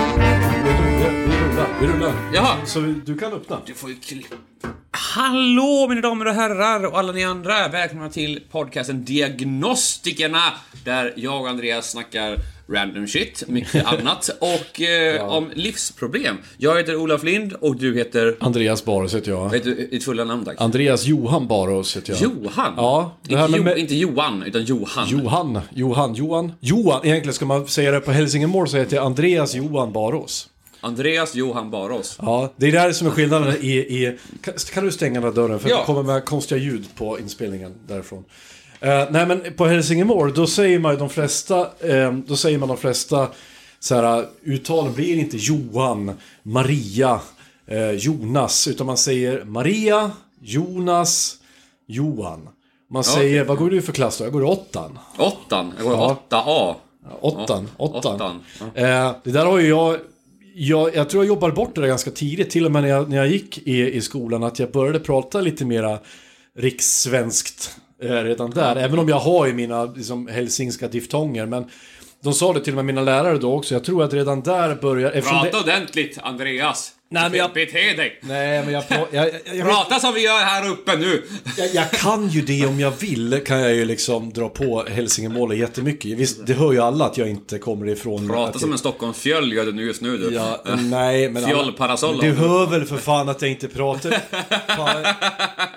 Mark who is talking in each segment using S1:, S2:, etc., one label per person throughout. S1: Vi rullar, vi rullar.
S2: Jaha.
S1: Så vi- du kan öppna.
S2: Du får ju klipp. Hallå mina damer och herrar och alla ni andra! Välkomna till podcasten Diagnostikerna! Där jag och Andreas snackar random shit, mycket annat, och eh, om livsproblem. Jag heter Olaf Lind och du heter...
S1: Andreas Baros heter jag.
S2: Vet du ditt fulla namn tack?
S1: Andreas Johan Baros heter jag.
S2: Johan?
S1: Ja. det här
S2: Inte,
S1: med-
S2: jo, inte Johan, utan Johan.
S1: Johan, Johan, Johan, Johan. Egentligen ska man säga det på Helsingborg så heter jag Andreas Johan Baros.
S2: Andreas Johan Baros.
S1: Ja, det är där som är skillnaden i... i kan, kan du stänga den här dörren? För
S2: Ja.
S1: det kommer med konstiga ljud på inspelningen därifrån. Eh, nej men på Helsingborg då säger man ju de flesta, eh, då säger man de flesta så här, eh, uttalen blir inte Johan, Maria, eh, Jonas, utan man säger Maria, Jonas, Johan. Man säger, vad går du för klass då? Jag går i åttan.
S2: Åttan. Jag går
S1: Ja.
S2: 8A.
S1: Åttan,
S2: Ja,
S1: åttan.
S2: åttan.
S1: Eh, det där har ju jag, jag... Jag tror jag jobbade bort det där ganska tidigt, till och med när jag, när jag gick i, i skolan, att jag började prata lite mera rikssvenskt eh, redan där. Även om jag har ju mina liksom, hälsingska diftonger, men de sa det till och med mina lärare då också, jag tror att redan där börjar... eftersom
S2: Prata ordentligt, Andreas!
S1: Nej, men jag-
S2: Bete dig!
S1: Nej, men jag, pra- jag, jag, jag,
S2: Prata som vi gör här uppe nu!
S1: jag, jag kan ju det om jag vill, kan jag ju liksom dra på hälsingemålet jättemycket. Visst, det hör ju alla att jag inte kommer ifrån... att
S2: Prata
S1: jag-
S2: som en Stockholmsfjöll gör du nu just nu du.
S1: Ja, Alltså, nej, men...
S2: Fjollparasoll
S1: Du
S2: om.
S1: hör väl för fan att jag inte pratar... Fan.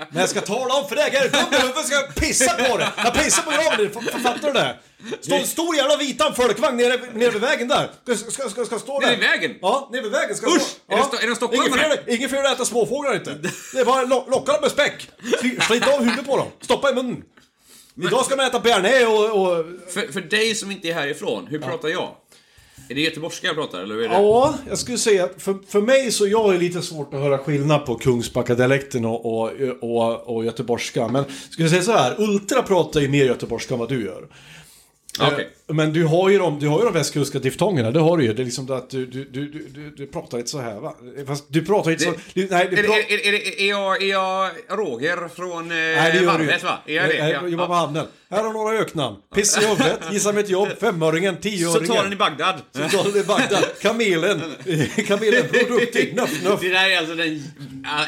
S1: Men jag ska tala om för dig, är du dum i huvudet ska jag pissa på dig! Jag pissar på graven, f- f- fattar du det? Står en stor jävla vitan folkvagn nere, nere vid vägen där. Ska, ska, ska, ska stå där.
S2: Nere vid vägen?
S1: Ja, nere vid vägen ska jag
S2: Usch!
S1: stå.
S2: Är det
S1: Ja.
S2: sto- är det en stockholmare?
S1: Ingen fel- Ingen fel att äta småfåglar inte. Det är bara lo- locka dem med späck. Sli- Slit av huvudet på dem. Stoppa i munnen. Idag ska man äta bearnaise och... och...
S2: För, för dig som inte är härifrån, hur pratar jag? Är det göteborgska jag pratar eller hur är det?
S1: Ja, jag skulle säga att för, för mig så jag är lite svårt att höra skillnad på Kungsbackadialekten och, och, och, och göteborgska. Men skulle jag säga så här, Ultra pratar ju mer göteborgska än vad du gör.
S2: Okej.
S1: Eh, Men du har ju de, du har ju de västkustska diftongerna, det har du ju. Det är liksom det att du, du, du, du, du, du pratar inte så här va? Fast du pratar inte så... Du, nej, du
S2: är,
S1: pratar...
S2: är, är, är, det- är, jag, är jag Roger från eh,
S1: Nej, det gör du
S2: Varvet va? Är jag det?
S1: Nej,
S2: Ja.
S1: Jag jobbar på
S2: Ja.
S1: hamnen. Här har några öknamn. Piss i huvudet, gissa mitt jobb, femöringen,
S2: Så
S1: tioöringen.
S2: tar den i Bagdad.
S1: Totalen i Bagdad. Kamelen. Kamelen, produktig. Nöff, nöff.
S2: Det där är alltså den,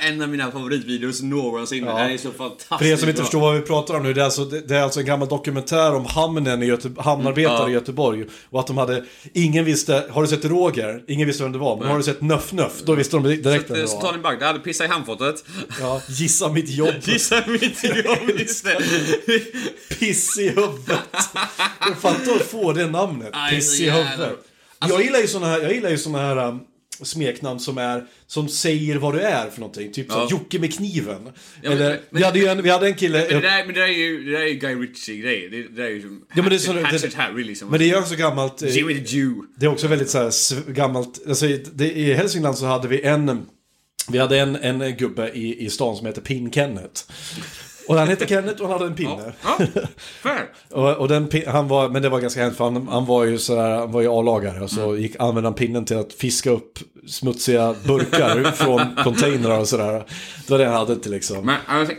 S2: en av mina favoritvideos någonsin. Det här är så fantastiskt
S1: För er som inte
S2: bra.
S1: förstår vad vi pratar om nu, det är alltså, det, det är alltså en gammal dokumentär om hamnen i Göte, hamnarbetare
S2: Mm,
S1: i Göteborg. Och att de hade, ingen visste, har du sett Roger? Ingen visste vem det var, men har du sett Nöff Nöff? Då visste de direkt vem det
S2: Så tar
S1: var.
S2: den i Bagdad, pissar i handfatet.
S1: Ja, gissa mitt jobb,
S2: Gissa mitt jobb, just det.
S1: piss i huvudet. Jag fattar att få det namnet,
S2: Aj,
S1: piss
S2: så
S1: i
S2: jävla-
S1: huvudet.
S2: Alltså-
S1: Jag gillar ju såna här, jag gillar ju såna här um, smeknamn som är, som säger vad du är för någonting. Typ som
S2: Ja.
S1: Jocke med kniven.
S2: men-
S1: Eller, vi hade ju en, vi hade en kille...
S2: Men det, där, men det där är ju, det där är ju Guy Ritchie-grej. Det, det där är ju som
S1: Ja, men det är
S2: Hatchet,
S1: så- det-
S2: Hatchet Harry liksom.
S1: Men det är ju också gammalt... eh,
S2: Jimmy the Jew.
S1: Det är också väldigt så här sv- gammalt. Alltså, i- det, I Hälsingland så hade vi en, vi hade en, en gubbe i, i stan som hette Pin Kenneth. Och han hette Kenneth och han hade en pinne.
S2: Ja, fair.
S1: Och, och den, pin- han var, men det var ganska hemskt för han, han var ju sådär, han var ju A-lagare och
S2: Mm.
S1: så gick, använde han pinnen till att fiska upp smutsiga burkar från containrar och sådär. Det var det han hade till liksom.
S2: Men alltså,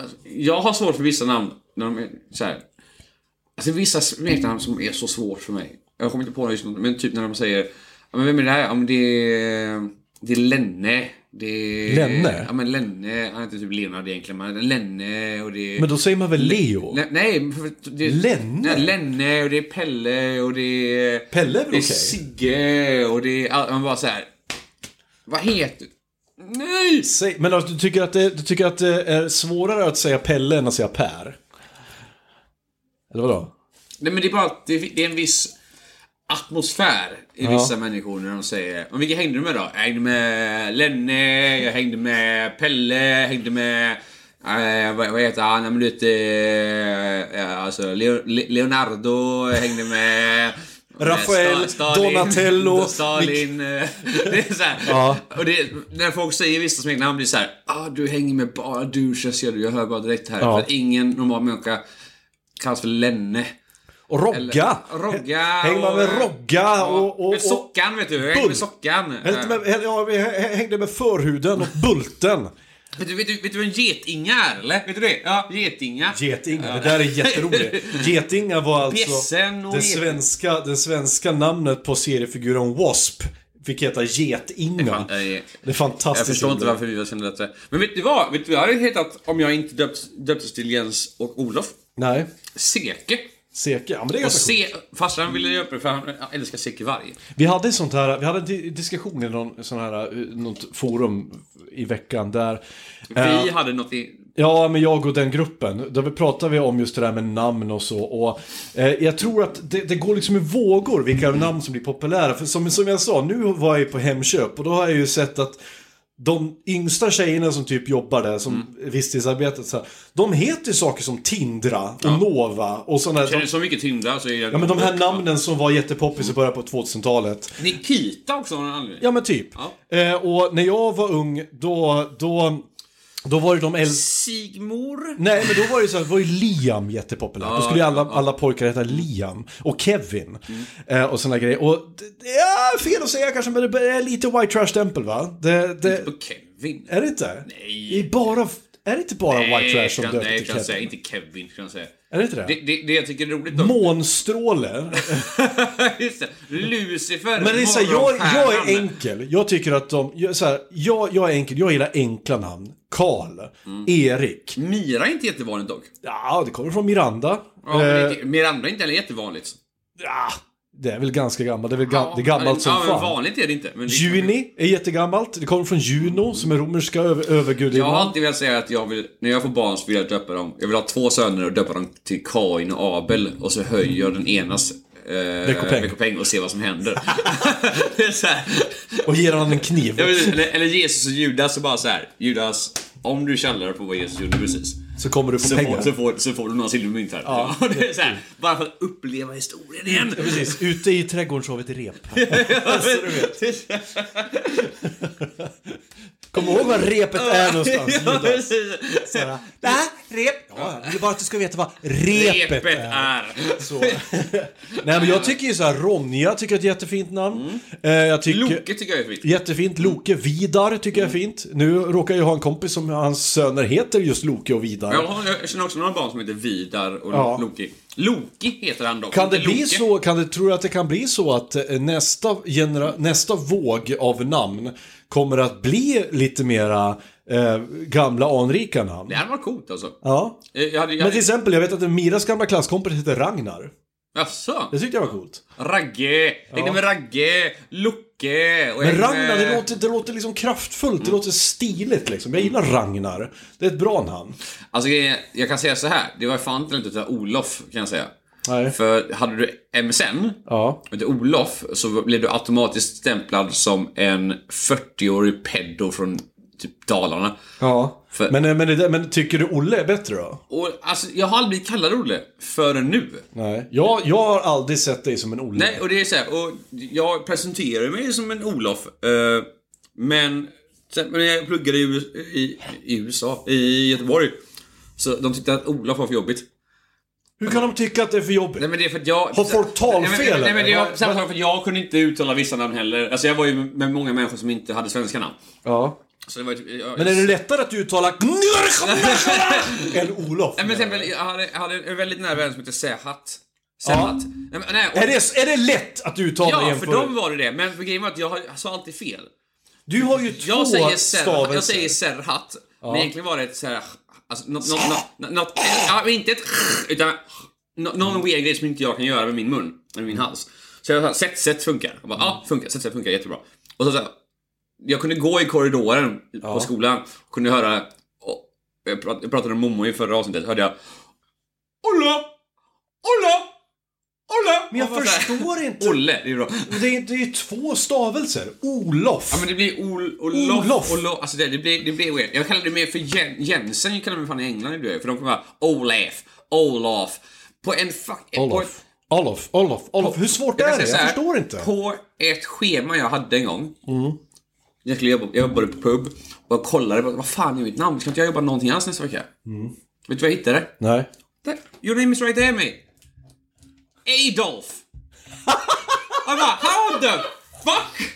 S2: alltså, jag har svårt för vissa namn när de är så här. Alltså vissa smeknamn som är så svårt för mig. Jag kommer inte på det just nu, men typ när de säger ja, men vem är det här? Ja, men det är, det är Lenne. Det är,
S1: Lenne?
S2: Ja men Lenne, han heter typ Leonard egentligen, men Lenne och det är...
S1: Men då säger man väl Leo?
S2: Le- Nej, för det,
S1: Lenne?
S2: Nej, Lenne och det är Pelle och det är...
S1: Pelle är väl
S2: Det är
S1: okej?
S2: Sigge och det är... all- Man bara så här. Vad heter du? Nej!
S1: Säg, men alltså, du tycker att, det, du tycker att det är svårare att säga Pelle än att säga Per? Eller vadå?
S2: Nej, men det är bara att det, det är en viss atmosfär i vissa människor när de säger "Men vilka hängde du med då? Jag hängde med Lenne, jag hängde med Pelle, jag hängde med... Eh, vad, vad heter han? Ja, men du vet, eh, eh, alltså Leo, Le, Leonardo, jag hängde med... med
S1: Rafael,
S2: Sta- Stalin,
S1: Donatello,
S2: Stalin... eh, det är så här.
S1: Ja.
S2: Och det, när folk säger vissa smeknamn blir det så här. Ah, du hänger med bara douche, jag ser du, jag hör bara direkt här.
S1: Ja.
S2: För att ingen normal människa kallas för Lenne.
S1: Och Rogga!
S2: Rogga
S1: Hänger man med Rogga och... och,
S2: med
S1: och
S2: sockan vet du, jag hängde
S1: Bull.
S2: med sockan.
S1: jag hängde
S2: Eh,
S1: med, ja, jag hängde med förhuden och bulten.
S2: Vet, du, vet, du, vet du vad en getinga är eller? Vet du det? Ja, getinga.
S1: Getinga, det där är jätteroligt. Getinga var alltså
S2: Bjässen och
S1: det
S2: geting.
S1: svenska, det svenska namnet på seriefiguren Wasp. Fick heta Getinga.
S2: fan- eh,
S1: Det är
S2: Jag
S1: fantastiskt.
S2: förstår inte
S1: roligt.
S2: varför vi kände detta. Men vet du vad? Vet du vad jag hade hetat om jag inte döpt, döptes till Jens och Olof?
S1: Nej.
S2: Seke.
S1: Seke, ja men det är
S2: Och
S1: ganska coolt.
S2: se, farsan ville döpa det för han älskar sekevarg.
S1: Vi hade sånt här, vi hade en di- diskussion i någon sån här, eh, något forum i veckan där. eh,
S2: Vi hade något i...
S1: Ja, men jag och den gruppen. Där vi pratade vi om just det där med namn och så. Och, eh, jag tror att det, det går liksom i vågor vilka namn som blir populära. För som, som jag sa, nu var jag ju på Hemköp och då har jag ju sett att de yngsta tjejerna som typ jobbar där, som visstidsarbetet, så här, de heter ju saker som Tindra och Nova och sådana där.
S2: Känner
S1: De,
S2: du så mycket tyngda så är jag...
S1: ja, men de här namnen som var jättepoppis i början på 2000-talet.
S2: Nikita också av någon anledning.
S1: Ja men typ. Eh, och när jag var ung, då, då, då var det de äldsta
S2: Sigmor.
S1: Nej, men då var det så här, var ju Liam jättepopulärt. Då skulle ju alla, alla pojkar heta Liam. Och Kevin. Eh, och såna grejer. Och det- det är fel att säga kanske, men det är lite white trash-stämpel va? Det, det,
S2: Och Kevin.
S1: är det inte?
S2: Nej.
S1: Det är, bara, är det inte bara white
S2: Nej,
S1: trash som
S2: kan-
S1: döpte
S2: nej,
S1: till
S2: kan jag säga.
S1: Kevin?
S2: Inte Kevin, kan jag säga.
S1: Är det inte det?
S2: Det, det, det jag tycker är roligt dock...
S1: Månstråle.
S2: Just det, Lucifer,
S1: Men det är så här, jag, jag
S2: morgonstjärnan.
S1: är enkel. Jag tycker att de, jag, så här, jag, jag är enkel. Jag gillar enkla namn. Karl.
S2: Mm.
S1: Erik.
S2: Mira är inte jättevanligt dock.
S1: Ja, det kommer från Miranda.
S2: Ja, men det är
S1: Eh,
S2: inte- Miranda är inte heller jättevanligt.
S1: Ja, det är väl ganska gammalt. Det är, väl ga- det är
S2: Ja,
S1: gammalt
S2: men-
S1: som
S2: ja, men
S1: fan.
S2: vanligt är det inte. Men det
S1: Juni är jättegammalt. Det kommer från Juno som är romerska över-
S2: Jag har
S1: övergudinnan.
S2: alltid velat säga att jag vill, när jag får barn så vill jag döpa dem. Jag vill ha två söner och döpa dem till Kain och Abel. Och så höjer jag den enas eh,
S1: Veckopeng.
S2: veckopeng och ser vad som händer. det är så här.
S1: Och ger honom en kniv.
S2: Jag vet, eller, eller Jesus och Judas och bara så här. Judas, om du kallar på vad Jesus gjorde precis.
S1: Så kommer du få
S2: Så får, så,
S1: pengar.
S2: får, så får du några silvermynt här. Ja, det är så här, bara för att uppleva historien igen.
S1: Precis, ute i trädgården så har vi ett rep. Kom ihåg var repet är någonstans.
S2: Ja,
S1: Judas.
S2: precis.
S1: Det här, rep. Ja, det är bara att du ska veta vad repet,
S2: Repet
S1: är.
S2: är...
S1: Så. Nej men jag tycker ju så här, Ronja tycker jag är ett jättefint namn. Eh, jag tycker...
S2: Loke tycker jag är fint.
S1: Jättefint. Loke Vidar tycker jag är fint. Nu råkar jag ha en kompis som hans söner heter just Loke och Vidar.
S2: Jag, har, jag känner också några barn som heter Vidar och
S1: Ja.
S2: Loki. Loki heter han dock,
S1: Kan det
S2: inte
S1: bli
S2: Loke.
S1: så, kan det, tror du att det kan bli så att eh, nästa, genera, nästa våg av namn kommer att bli lite mera eh, gamla anrika namn?
S2: Det hade varit coolt alltså.
S1: Ja.
S2: Eh, Jag hade, jag
S1: Men
S2: hade,
S1: till exempel, jag vet att Miras gamla klasskompis heter Ragnar.
S2: Jaså?
S1: Det tyckte jag var coolt.
S2: Ragge! Hängde med Ragge, Loke och
S1: Men
S2: hängde
S1: Ragnar,
S2: med-
S1: det låter, det låter liksom kraftfullt, det låter stiligt liksom. Jag gillar Ragnar. Det är ett bra namn.
S2: Alltså jag, jag kan säga så här. det var fan inte lite Olof kan jag säga.
S1: Nej.
S2: För hade du MSN,
S1: Ja.
S2: och inte Olof, så blev du automatiskt stämplad som en 40-årig pedo från typ Dalarna.
S1: Ja.
S2: För-
S1: Men, eh, men, det där- men tycker du Olle är bättre då?
S2: Och alltså, jag har aldrig blivit kallad Olle förrän nu.
S1: Nej. Jag, jag har aldrig sett dig som en Olle.
S2: Nej, och det är så här, och jag presenterar mig som en Olof, eh, men sen när jag pluggade i, U- i, i USA, i Göteborg, så de tyckte att Olof var för jobbigt.
S1: Hur kan de tycka att det är för jobbigt?
S2: Nej men det är för att jag...
S1: Har folk talfel,
S2: Nej, men- Nej men det
S1: eller?
S2: är samma sak, för jag kunde inte uttala vissa namn heller. Alltså jag var ju med många människor som inte hade svenska namn.
S1: Ja.
S2: Så det var ju typ, jag,
S1: Men är det lättare att uttala än Olof?
S2: Nej, men till exempel, jag hade, jag hade en väldigt nära vän som hette Sehat. Sehat. Nej, men- nej, och,
S1: är, det, är det lätt att uttala
S2: Ja,
S1: jämfört?
S2: för dem var det det. Men för grejen var att jag, har- jag sa alltid fel.
S1: Du har ju två
S2: Jag säger, serhat,
S1: stavelser.
S2: jag säger serhat, men egentligen var det ett serhat. Alltså, något, något, något, något, ja, men inte ett utan nå-
S1: Mm.
S2: någon weird grej som inte jag kan göra med min mun, med min hals. Så jag sa, sätt, sätt funkar. Jag bara, ja,
S1: Mm.
S2: funkar, sätt, sätt funkar jättebra. Och så, så här, jag kunde gå i korridoren på skolan och kunde höra, och, jag prat- jag pratade om Momo i förra avsnittet, hörde jag Olle!
S1: Men jag
S2: Och bara så här,
S1: förstår inte.
S2: Olle, det är bra.
S1: Det är, det är ju två stavelser. Olof.
S2: Ja, men det blir Ol, Olof.
S1: Olof.
S2: Olof. alltså det, det, blir, det blir weird. Jag kallar det mer för Jen, Jensen, kallar mig fan i England ibland, för de kommer bara Olaf, Olaf. På en fuck... På ett,
S1: Olof. Olof, Olof, Olof. Hur svårt
S2: Jag
S1: är
S2: kan
S1: det?
S2: säga så
S1: Jag
S2: här,
S1: förstår inte.
S2: På ett schema jag hade en gång. Jag, skulle jobba, jag jobbade på pub och jag kollade på, vad fan är mitt namn? Ska inte jag jobba någonting alls nästa vecka? Vet du vad jag hittade?
S1: Nej.
S2: Där, your name is right there mate. Adolf! jag bara, how the fuck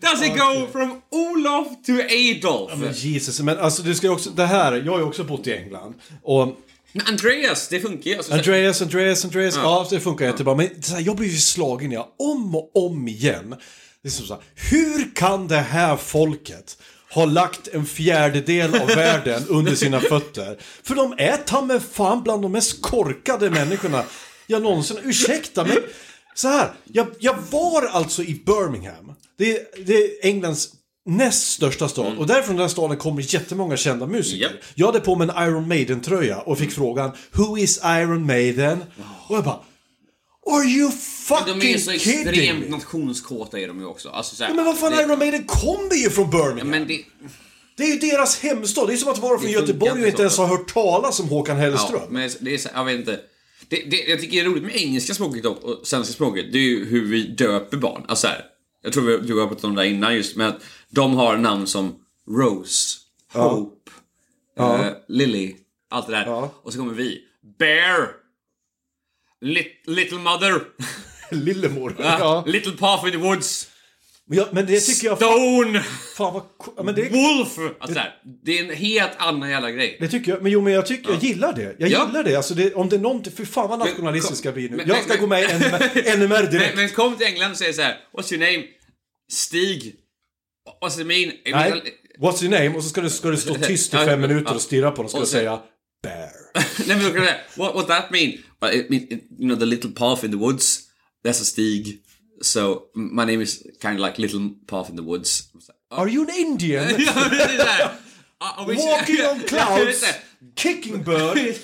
S2: does it go from Olof to Adolf?
S1: Men Jesus, men alltså du ska ju också, det här, jag har ju också bott i England. Och
S2: Men Andreas, det funkar ju. Alltså,
S1: Andreas, Andreas, Andreas, ja, det funkar jättebra. Men så här, jag blir ju slagen jag, om och om igen. Det är som så här, hur kan det här folket ha lagt en fjärdedel av världen under sina fötter? För de är ta mig fan bland de mest korkade människorna jag någonsin... Ursäkta mig! Så här, jag, jag var alltså i Birmingham. Det är, det är Englands näst största stad och därifrån den staden kommer jättemånga kända musiker.
S2: Japp. Mm.
S1: Jag hade på mig en Iron Maiden-tröja och fick frågan “Who is Iron Maiden?” och jag bara “Are you fucking
S2: de är ju så
S1: kidding
S2: extremt
S1: me?”
S2: nationskåta är de ju också. Alltså, så här,
S1: Ja, Men vad fan,
S2: det,
S1: Iron Maiden kommer ju från Birmingham!
S2: Men det...
S1: Det är ju deras hemstad, det är som att vara från
S2: funkar
S1: Göteborg
S2: inte
S1: och inte
S2: så.
S1: ens har hört talas om Håkan Hellström.
S2: Ja, men det är så, jag vet inte. Det, det, jag tycker det är roligt med engelska språket och, och svenska språket, det är ju hur vi döper barn. Alltså så här, jag tror vi, du har pratat om det där innan just, men att de har namn som Rose, Hope, eh, Lily, allt det där. Och så kommer vi, Bear, Lit, Little Mother, eh,
S1: Lillemor. Ja.
S2: Little Path in the Woods,
S1: Men, jag, men det tycker jag...
S2: Stone,
S1: Fan vad... ko- ja, Men det,
S2: Wolf. Alltså så här, det är en helt annan jävla grej.
S1: Det tycker jag, men jo men jag tycker, jag gillar det. Jag
S2: Ja.
S1: gillar det. Alltså det, om det är någonting, för fan vad nationalistiska vi är nu.
S2: men-
S1: jag ska
S2: men-
S1: gå med i NMR, NMR direkt.
S2: Men, men kom till England och säg så här. What's your name? Stig. What's your name?
S1: Nej, what's your name? Och så ska du, ska du stå tyst i
S2: Ja,
S1: fem
S2: ja,
S1: minuter
S2: ja.
S1: och stirra på dem och ska
S2: Och
S1: du
S2: så-
S1: säga bear.
S2: Nej men då kan du säga, what, what that mean? Well, it, mean- it, you know the little path in the woods. That's a Stig. So my name is kind of like little path in the woods.
S1: Are you an Indian?
S2: Ja, men det är så här. Ah, och vi-
S1: Walking on
S2: Ja, det är så
S1: clouds?
S2: här,
S1: Kicking bird?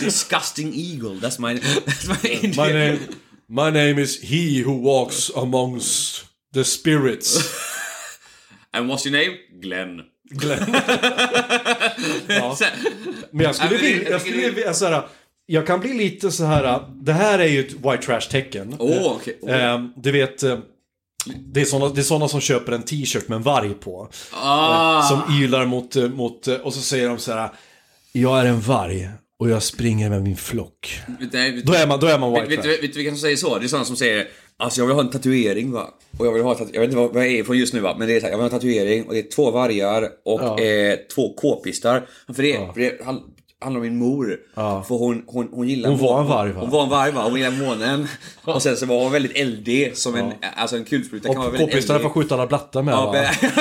S2: Disgusting eagle. That's my, that's my Indian.
S1: My name, my name is he who walks amongst the spirits.
S2: And what's your name? Glenn.
S1: Glenn.
S2: Så här,
S1: Men jag skulle
S2: Ja, men det-
S1: vilja, jag
S2: jag
S1: skulle
S2: tycker det-
S1: vilja, så här, jag kan bli lite så här. det här är ju ett white trash-tecken.
S2: Åh, okej. Åh.
S1: Eh, Du vet, eh, det är, såna, det är såna som köper en t-shirt med en varg på.
S2: ah.
S1: Som ylar mot, eh, mot, eh, och så säger de så här. Jag är en varg och jag springer med min flock.
S2: Nej, vet-
S1: Då är man, då är man
S2: Vet,
S1: white
S2: vet,
S1: trash.
S2: du- vet du vilka som säger så? Det är sådana som säger Alltså jag vill ha en tatuering va. Och jag vill ha tatu- jag vet inte vad vad jag är på just nu va. Men det är så här, jag vill ha en tatuering och det är två vargar och eh, två k-pistar. För det, för det han- handlar om min mor. För hon, hon, hon gillar...
S1: Hon var en varg, va?
S2: Hon var en varg va. Hon gillar månen. Och sen så var hon väldigt eldig som en... Alltså en kulspruta kan vara
S1: Och
S2: väldigt
S1: K-pistarna
S2: eldig.
S1: får skjuta alla blattar med
S2: Ja,
S1: va?
S2: men-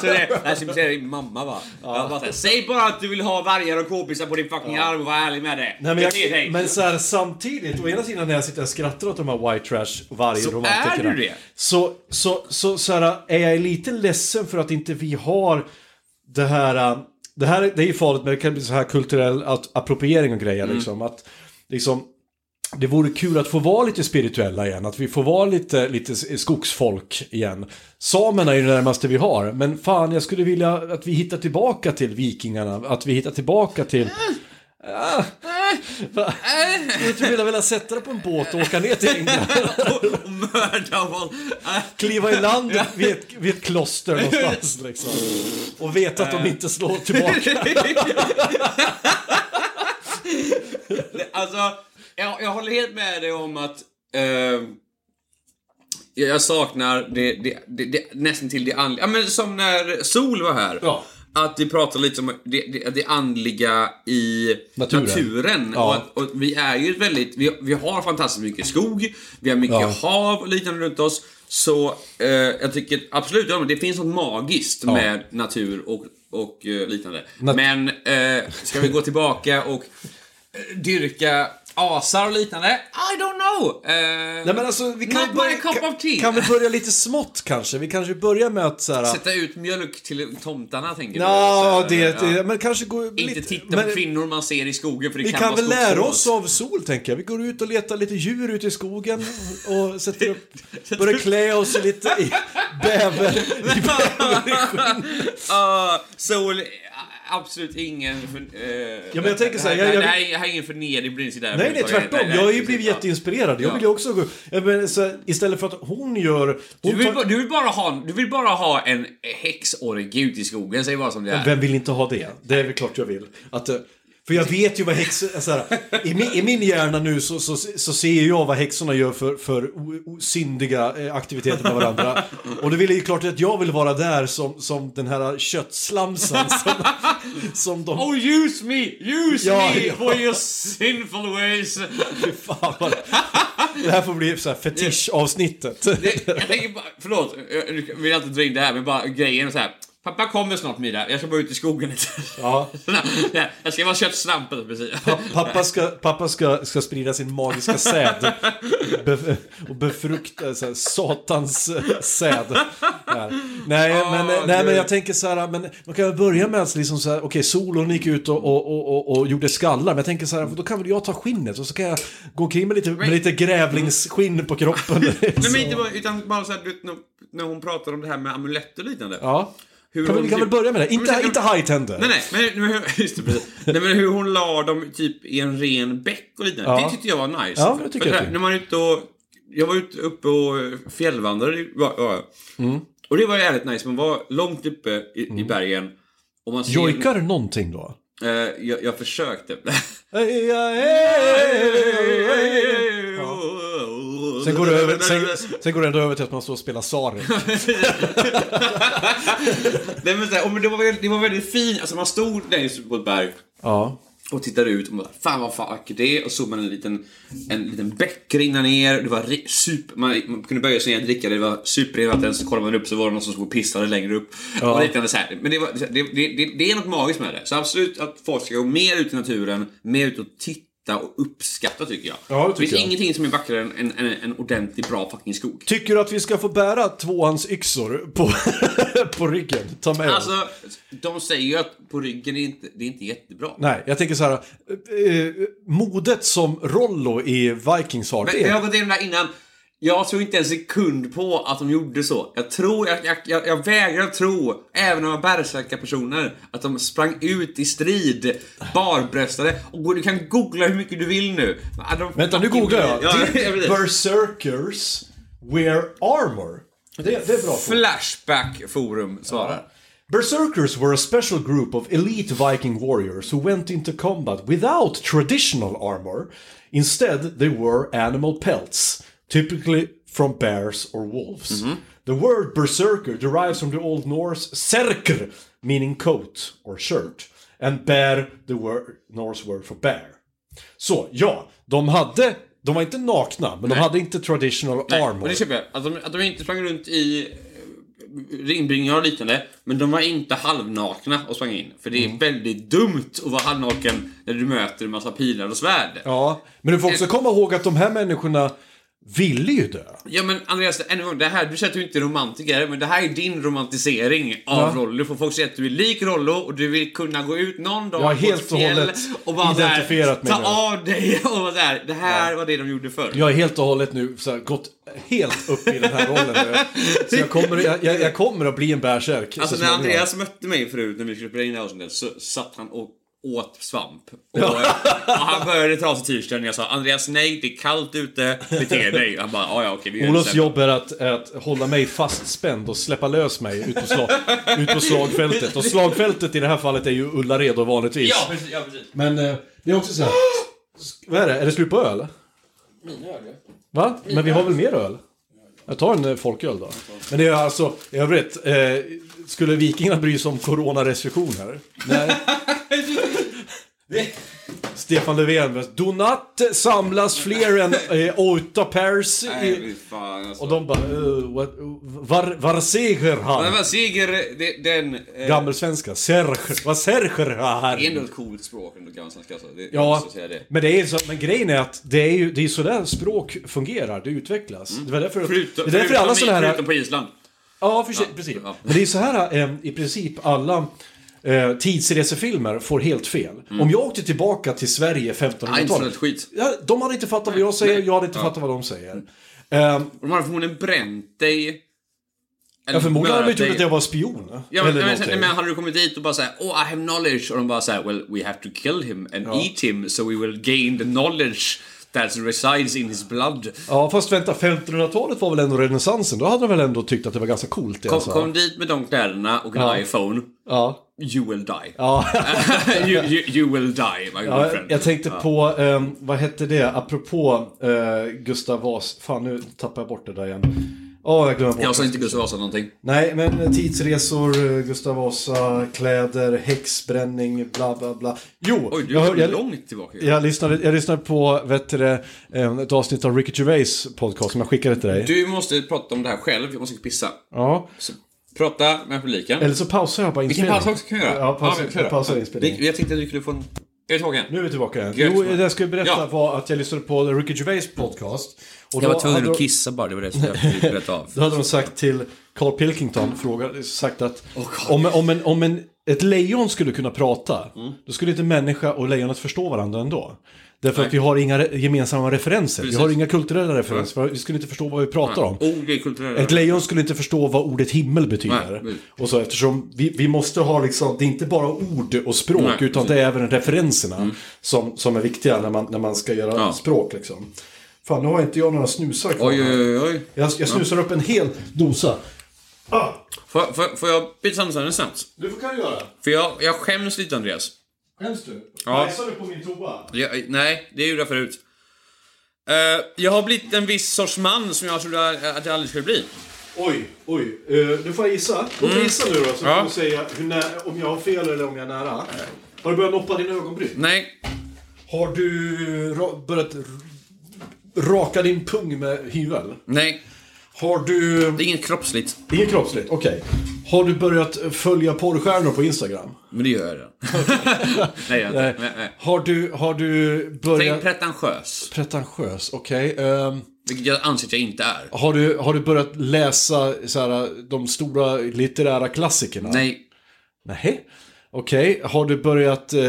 S2: så det, det här symboliserar din mamma va? Jag bara, så här, Säg bara att du vill ha vargar och k-pistar på din fucking arm och var ärlig med det.
S1: Nej, men,
S2: Bete dig.
S1: jag, men så här, samtidigt, å ena sidan när jag sitter och skrattar åt de här white trash vargromantikerna.
S2: Alltså, är du det?
S1: Så, så, så, så här, är jag lite ledsen för att inte vi har det här, äh, det här det är ju farligt men det kan bli så här kulturell att, appropriering och grejer
S2: Mm.
S1: liksom. Att, liksom det vore kul att få vara lite spirituella igen, att vi får vara lite, lite skogsfolk igen. Samerna är ju det närmaste vi har, men fan jag skulle vilja att vi hittar tillbaka till vikingarna, att vi hittar tillbaka till...
S2: Eh.
S1: Ah. Va? Jag skulle vilja, vilja sätta dig på en båt och åka ner till England,
S2: och mörda folk.
S1: kliva i land vid ett, vid ett kloster någonstans liksom. Och veta
S2: Eh.
S1: att de inte slår tillbaka.
S2: alltså, jag, jag håller helt med dig om att ehm, jag, jag saknar det, det, det, det nästan till det andliga. Ja, men som när Sol var här.
S1: Ja.
S2: Att vi pratar lite om det, det, det andliga i
S1: Naturen.
S2: naturen.
S1: Ja.
S2: Och, att, och vi är ju ett väldigt, vi, vi har fantastiskt mycket skog, vi har mycket
S1: Ja.
S2: hav och liknande runt oss. Så eh, jag tycker absolut, ja, men det finns något magiskt med natur och, och eh, liknande.
S1: Nat-
S2: men eh, ska vi gå tillbaka och eh, dyrka asar och liknande. I don't know. Eh,
S1: Nej men alltså, vi kan,
S2: Not
S1: ju
S2: my cup
S1: kan-
S2: of tea.
S1: kan vi börja lite smått kanske? Vi kanske börjar med att så här,
S2: Sätta ut mjölk till tomtarna, tänker du?
S1: Ja,
S2: Så-
S1: det,
S2: ja.
S1: det, men kanske gå
S2: Inte
S1: lite...
S2: titta
S1: men-
S2: på kvinnor man ser i skogen, för det
S1: Vi
S2: kan,
S1: kan
S2: vara
S1: väl lära
S2: skogsrån.
S1: oss av sol, tänker jag. Vi går ut och letar lite djur ute i skogen och sätter upp, börjar klä oss i lite i bäver. I
S2: Ah, sol, eh, absolut ingen... För, eh,
S1: men jag tänker så här,
S2: det
S1: jag-
S2: här,
S1: jag-
S2: det här, är- det här är ingen förnedring, blir det inte där
S1: Nej, nej,
S2: överhuvudtaget.
S1: tvärtom.
S2: Nej, nej,
S1: Jag har ju
S2: precis,
S1: blivit
S2: ja.
S1: jätteinspirerad. Jag
S2: Ja.
S1: vill ju också gå... Jag menar, så här, istället för att hon gör...
S2: Du
S1: Hon
S2: vill, ba-
S1: tar,
S2: du, vill bara ha, du vill bara ha en häxorgie ute i skogen, säg bara som det är.
S1: vem vill inte ha det? Det är väl klart jag vill. Att, eh, för jag vet ju vad häxor... Så här, i, min, I min hjärna nu så, så, så ser jag vad häxorna gör för, för o- o- syndiga eh, aktiviteter med varandra. Och det vill ju klart att jag vill vara där som, som den här köttslamsen som, som de...
S2: Oh use me, use
S1: Ja,
S2: me
S1: ja.
S2: for your sinful ways.
S1: Fy fan vad det, det här får bli så här fetischavsnittet.
S2: Det- Jag tänker bara, förlåt, jag jag vill inte dra in det här men bara grejen är så här. Pappa kommer snart Mira, jag ska bara ut i skogen lite.
S1: Ja.
S2: Jag ska bara köpa svampen precis.
S1: Pa- Pappa, ska, pappa ska, ska sprida sin magiska säd Be- och befrukta så här, satans eh, säd. Där. Nej, men, eh, nej,
S2: gud.
S1: men jag tänker så här, men man kan väl börja med att liksom så här, okej, solen gick ut och, och, och, och, och gjorde skallar, men jag tänker så här, då kan väl jag ta skinnet och så kan jag gå omkring med lite, med lite grävlingsskinn på kroppen.
S2: Nej men inte bara, utan bara såhär, du vet, när- när hon pratar om det här med amulett och liknande.
S1: Ja.
S2: Hur
S1: Kan vi,
S2: hon
S1: vi kan väl
S2: typ-
S1: börja med det?
S2: Ja, men
S1: Inte,
S2: sen-
S1: inte high-tender.
S2: Nej, nej, men, hur- men, hur- just det, precis. nej, men hur hon la dem typ i en ren bäck och liknande.
S1: Ja.
S2: Det tyckte jag var nice.
S1: Ja, det tycker
S2: För-
S1: jag
S2: för
S1: till.
S2: När man är ute och... Jag var ute uppe och fjällvandrade. Var, var. jag.
S1: Mm.
S2: Och det var jävligt nice. Man var långt uppe i, i bergen. Och man ser,
S1: Jojkar du någonting då?
S2: Eh, jag, jag försökte.
S1: Sen går, det över, sen, sen går det ändå över till att man står och spelar Sari.
S2: Nej, men, så här, och, men det, var, väldigt- det var väldigt fint. Alltså man stod längst upp på ett berg.
S1: Ja.
S2: Och tittade ut och bara, fan vad fan vackert det är. Och såg man en liten, en liten bäck rinna ner. Det var ri- super, man, man kunde böja sig ner och dricka. Det var superrent vatten. Så kollade man upp så var det någon som stod och pissade längre upp. Och liknande så här. Men det, var, det, det, det, det är något magiskt med det. Så absolut att folk ska gå mer ut i naturen, mer ut och titta och uppskatta tycker jag.
S1: Ja, det tycker
S2: finns
S1: jag.
S2: ingenting som är vackrare än en, en, en ordentlig bra fucking skog.
S1: Tycker du att vi ska få bära tvåans yxor på, på ryggen? Ta med alltså...
S2: Alltså, de säger ju att på ryggen är inte, det är inte jättebra.
S1: Nej, jag tänker så här. Eh, modet som Rollo i Vikings har,
S2: Men
S1: det
S2: jag har
S1: är...
S2: gått igenom det här innan. Jag tror inte en sekund på att de gjorde så. Jag tror, jag, jag, jag, jag vägrar tro, även om de var personer att de sprang ut i strid barbröstade. Och gå- du kan googla hur mycket du vill nu. Men att de-
S1: Vänta, nu googlar jag.
S2: Ja,
S1: Did
S2: jag vet.
S1: berserkers wear armor? Det, det är bra. fråga.
S2: Flashback forum svarar.
S1: Berserkers were a special group of elite Viking warriors who went into combat without traditional armor. Instead, they wore animal pelts, typically from bears or wolves.
S2: Mm-hmm.
S1: The word berserker derives from the Old Norse serker, meaning coat or shirt, and bear, the word, Norse word for bear. Så, ja, de hade, de var inte nakna, men de hade inte traditional
S2: Men
S1: armor.
S2: det köper jag. Att de, att de inte sprang runt i eh, ringbringor och liknande, men de var inte halvnakna och sprang in. För
S1: Mm.
S2: det är väldigt dumt att vara halvnaken när du möter en massa pilar och svärd.
S1: Ja, men du får också komma ihåg att de här människorna ville ju dö.
S2: Ja men Andreas, ännu en gång, det här, du säger att du inte är romantiker, men det här är din romantisering av Rollo. För folk säger att du är lik Rollo och du vill kunna gå ut någon dag
S1: Jag har
S2: på ett
S1: helt och
S2: fjäll
S1: hållet
S2: och bara så här,
S1: identifierat mig
S2: ta
S1: nu.
S2: av dig och vara så här, det här var det de gjorde förr. Alltså,
S1: Jag är helt och hållet nu så här, gått helt upp i den här rollen nu. Så jag kommer, jag, jag, jag kommer att bli en bärsärk.
S2: alltså
S1: så
S2: när
S1: småningom.
S2: Andreas mötte mig förut när vi skulle spela in det här avsnittet så satt han och åt svamp. Och, eh, och han började ta av sig t-shirten och jag sa Andreas nej, det är kallt ute, bete dig. Han bara, "Ja, ja okej vi gör det
S1: Olofs
S2: sen."
S1: jobb är att, är att hålla mig fastspänd och släppa lös mig ut på, slag, ut på slagfältet. Och slagfältet i det här fallet är ju Ullared och vanligtvis.
S2: Ja precis, ja precis.
S1: Men eh, det är också så här... Vad är det? Är det slut på öl? Va? Men vi har väl mer öl? Jag tar en eh, folköl då. Men det är alltså, i övrigt, eh, skulle vikingarna bry sig om coronarestriktioner? Nej. Stefan Löfven. Donat samlas fler än eh, åtta pers.
S2: Nej,
S1: I,
S2: fy fan alltså.
S1: och de bara... Uh, what, var, var seger
S2: Men
S1: han?
S2: vad Siger, det, den... eh,
S1: Gammelsvenska. Serger. Vad serger
S2: Det är
S1: han?
S2: ändå ett coolt språk ändå, gammelsvenska alltså. Det, jag
S1: Ja,
S2: måste säga det.
S1: men, det är så, men grejen är att det är ju det är sådär språk fungerar, det utvecklas. Det är därför,
S2: Mm. Förutom,
S1: det är därför
S2: förutom,
S1: alla sådana här...
S2: förutom på Island.
S1: Ja, för sig, precis.
S2: ja.
S1: Men det är så här eh, i princip alla eh, tidsresefilmer får helt fel. Om jag åkte tillbaka till Sverige
S2: Nej, Mm. inte
S1: 1500-talet.
S2: sånt skit.
S1: Ja, de hade inte fattat vad jag säger, jag hade inte fattat vad de säger. Eh,
S2: Och de har förmodligen bränt dig. eller
S1: jag förmodligen hade de
S2: mördat
S1: trott att
S2: dig.
S1: jag var spion.
S2: Ja, men,
S1: eller
S2: men, sen,
S1: någonting.
S2: men hade du kommit dit och bara såhär Oh I have knowledge och de bara såhär Well we have to kill him and eat him so we will gain the knowledge that resides in his blood.
S1: Ja, fast vänta, 1500-talet var väl ändå renässansen? Då hade de väl ändå tyckt att det var ganska coolt det
S2: Kom,
S1: jag sa.
S2: kom dit med de kläderna och en iPhone.
S1: Ja.
S2: You will die.
S1: Ja.
S2: you, you, you will die my good
S1: Ja,
S2: friend.
S1: jag tänkte på, ehm, vad hette det, apropå eh, Gustav Vas. Fan, nu tappar jag bort det där igen. Åh, jag glömmer bort
S2: Jag sa
S1: det.
S2: inte Gustav Vasa någonting.
S1: Nej, men tidsresor, eh, Gustav Vasa, kläder, häxbränning, bla bla bla. Jo,
S2: Oj, du
S1: jag,
S2: är
S1: hör- jag,
S2: långt tillbaka.
S1: jag, lyssnade, jag lyssnade på vet du, det, eh, ett avsnitt av Ricky Gervais podcast som jag skickade till dig.
S2: Du måste prata om det här själv, jag måste pissa.
S1: Ja.
S2: Så, prata med publiken.
S1: Eller så pausar jag bara
S2: Vilken
S1: inspelningen.
S2: paus också kan jag göra?
S1: Ja, pausa,
S2: men vi kan göra.
S1: pausa
S2: Det-
S1: inspelningen.
S2: Jag tänkte att du skulle få en... Är du tillbaka igen?
S1: Nu är vi tillbaka igen.
S2: Gött,
S1: Jo,
S2: man.
S1: det jag skulle berätta
S2: Ja.
S1: var att jag lyssnade på Ricky Gervais podcast. Och
S2: Jag
S1: då
S2: var tvungen
S1: hade de-
S2: att kissa bara, det var det som jag fick berätta av.
S1: Då hade de sagt till Carl Pilkington, frågat, sagt att om, om, en, om en, ett lejon skulle kunna prata, då skulle inte människa och lejonet förstå varandra ändå. Därför att vi har inga re- gemensamma referenser, vi har inga kulturella referenser, vi skulle inte förstå vad vi pratar om.
S2: Ord Oh, är kulturella.
S1: Ett lejon skulle inte förstå vad ordet himmel betyder.
S2: Nej.
S1: Och så eftersom vi, vi måste ha liksom, det är inte bara ord och språk
S2: Nej, Mm.
S1: utan det är även referenserna som, som är viktiga när man, när man ska göra
S2: Ja.
S1: språk liksom. Fan, nu har inte jag några snusar kvar.
S2: Oj, oj, oj, oj.
S1: Jag, jag snusar upp en hel dosa. Ah,
S2: Får, får, får jag byta samtalsämne snabbt?
S1: du får kan du göra.
S2: För jag, jag skäms lite, Andreas.
S1: Skäms du?
S2: Ja.
S1: Bajsar du på min toa?
S2: Jag, nej, det gjorde jag förut. Eh, jag har blivit en viss sorts man som jag trodde att jag aldrig skulle bli.
S1: Oj, oj. Uh, nu får jag gissa. Låt mig gissa nu då, så
S2: Mm. Ja.
S1: får du säga hur nä- om jag har fel eller om jag är nära. Har du börjat noppa dina ögonbryn?
S2: Nej,
S1: Har du ra- börjat r- raka din pung med hyvel?
S2: nej.
S1: Har du...
S2: Det är inget kroppsligt.
S1: Inget kroppsligt, okej. Har du börjat följa porrstjärnor på Instagram?
S2: Men det gör jag redan. nej, jag gör inte. Nej, nej.
S1: Har du, har du börjat...
S2: Tänk pretentiös,
S1: Pretentiös, okej. Ehm,
S2: vilket jag anser att jag inte är.
S1: har, du, har du börjat läsa så här, de stora litterära klassikerna?
S2: Nej,
S1: Nej. Okej, har du börjat eh,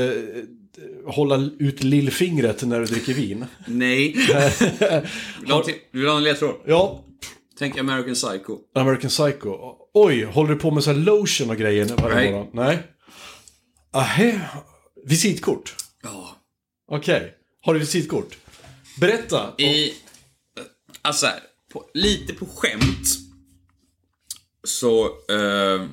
S1: hålla ut lillfingret när du dricker vin?
S2: nej. Vill du ha en till- vill du ha en ledtråd?
S1: Ja,
S2: Tänk American Psycho.
S1: American Psycho. Oj, håller du på med så här lotion och grejer varje
S2: Nej.
S1: morgon? Nej. Ahä. Visitkort?
S2: Ja.
S1: Okej. Har du visitkort? Berätta.
S2: I... Alltså här, på, lite på skämt. Så eh,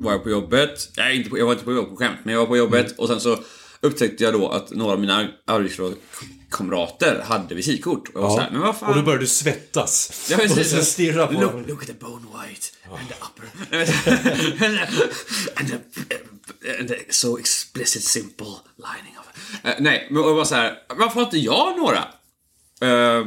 S2: var jag på jobbet. Nej, inte på, jag var inte på jobbet på skämt, men jag var på jobbet
S1: Mm.
S2: och sen så upptäckte jag då att några av mina arbetskamrater hade visitkort. Och jag var så här, men vad fan.
S1: Och då börjar du svettas.
S2: Ja,
S1: och
S2: precis.
S1: sen stirra på
S2: look,
S1: dem.
S2: look at the bone white and the upper... Nej, men- and, the, and the so explicit simple lining of... Eh, nej, men jag var så här, varför har inte jag några? Eh,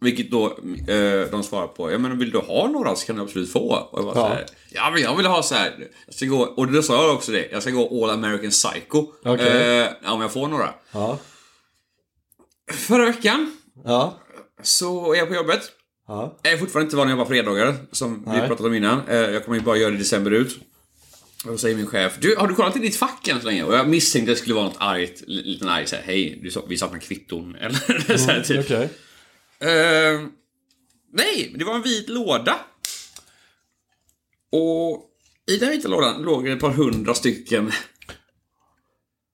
S2: vilket då eh, de svarar på, ja men vill du ha några så kan du absolut få. Och jag var så här, ja men jag vill ha så här, jag ska gå, och då sa jag också det, jag ska gå All American Psycho.
S1: Okej.
S2: Eh, ja, om jag får några.
S1: Ja.
S2: Förra veckan
S1: Ja.
S2: så är jag på jobbet.
S1: Ja.
S2: Jag är fortfarande inte van att jobba fredagar, som vi pratade om innan. Eh, Jag kommer ju bara göra det i december ut. Och då säger min chef, du, har du kollat i ditt fack än så länge? Och jag misstänkte att det skulle vara något argt, li- liten arg såhär, hej, du, sa- vi saknar kvitton, eller såhär typ.
S1: Mm, Okej.
S2: Eh, nej, det var en vit låda. Och i den vita lådan låg det ett par hundra stycken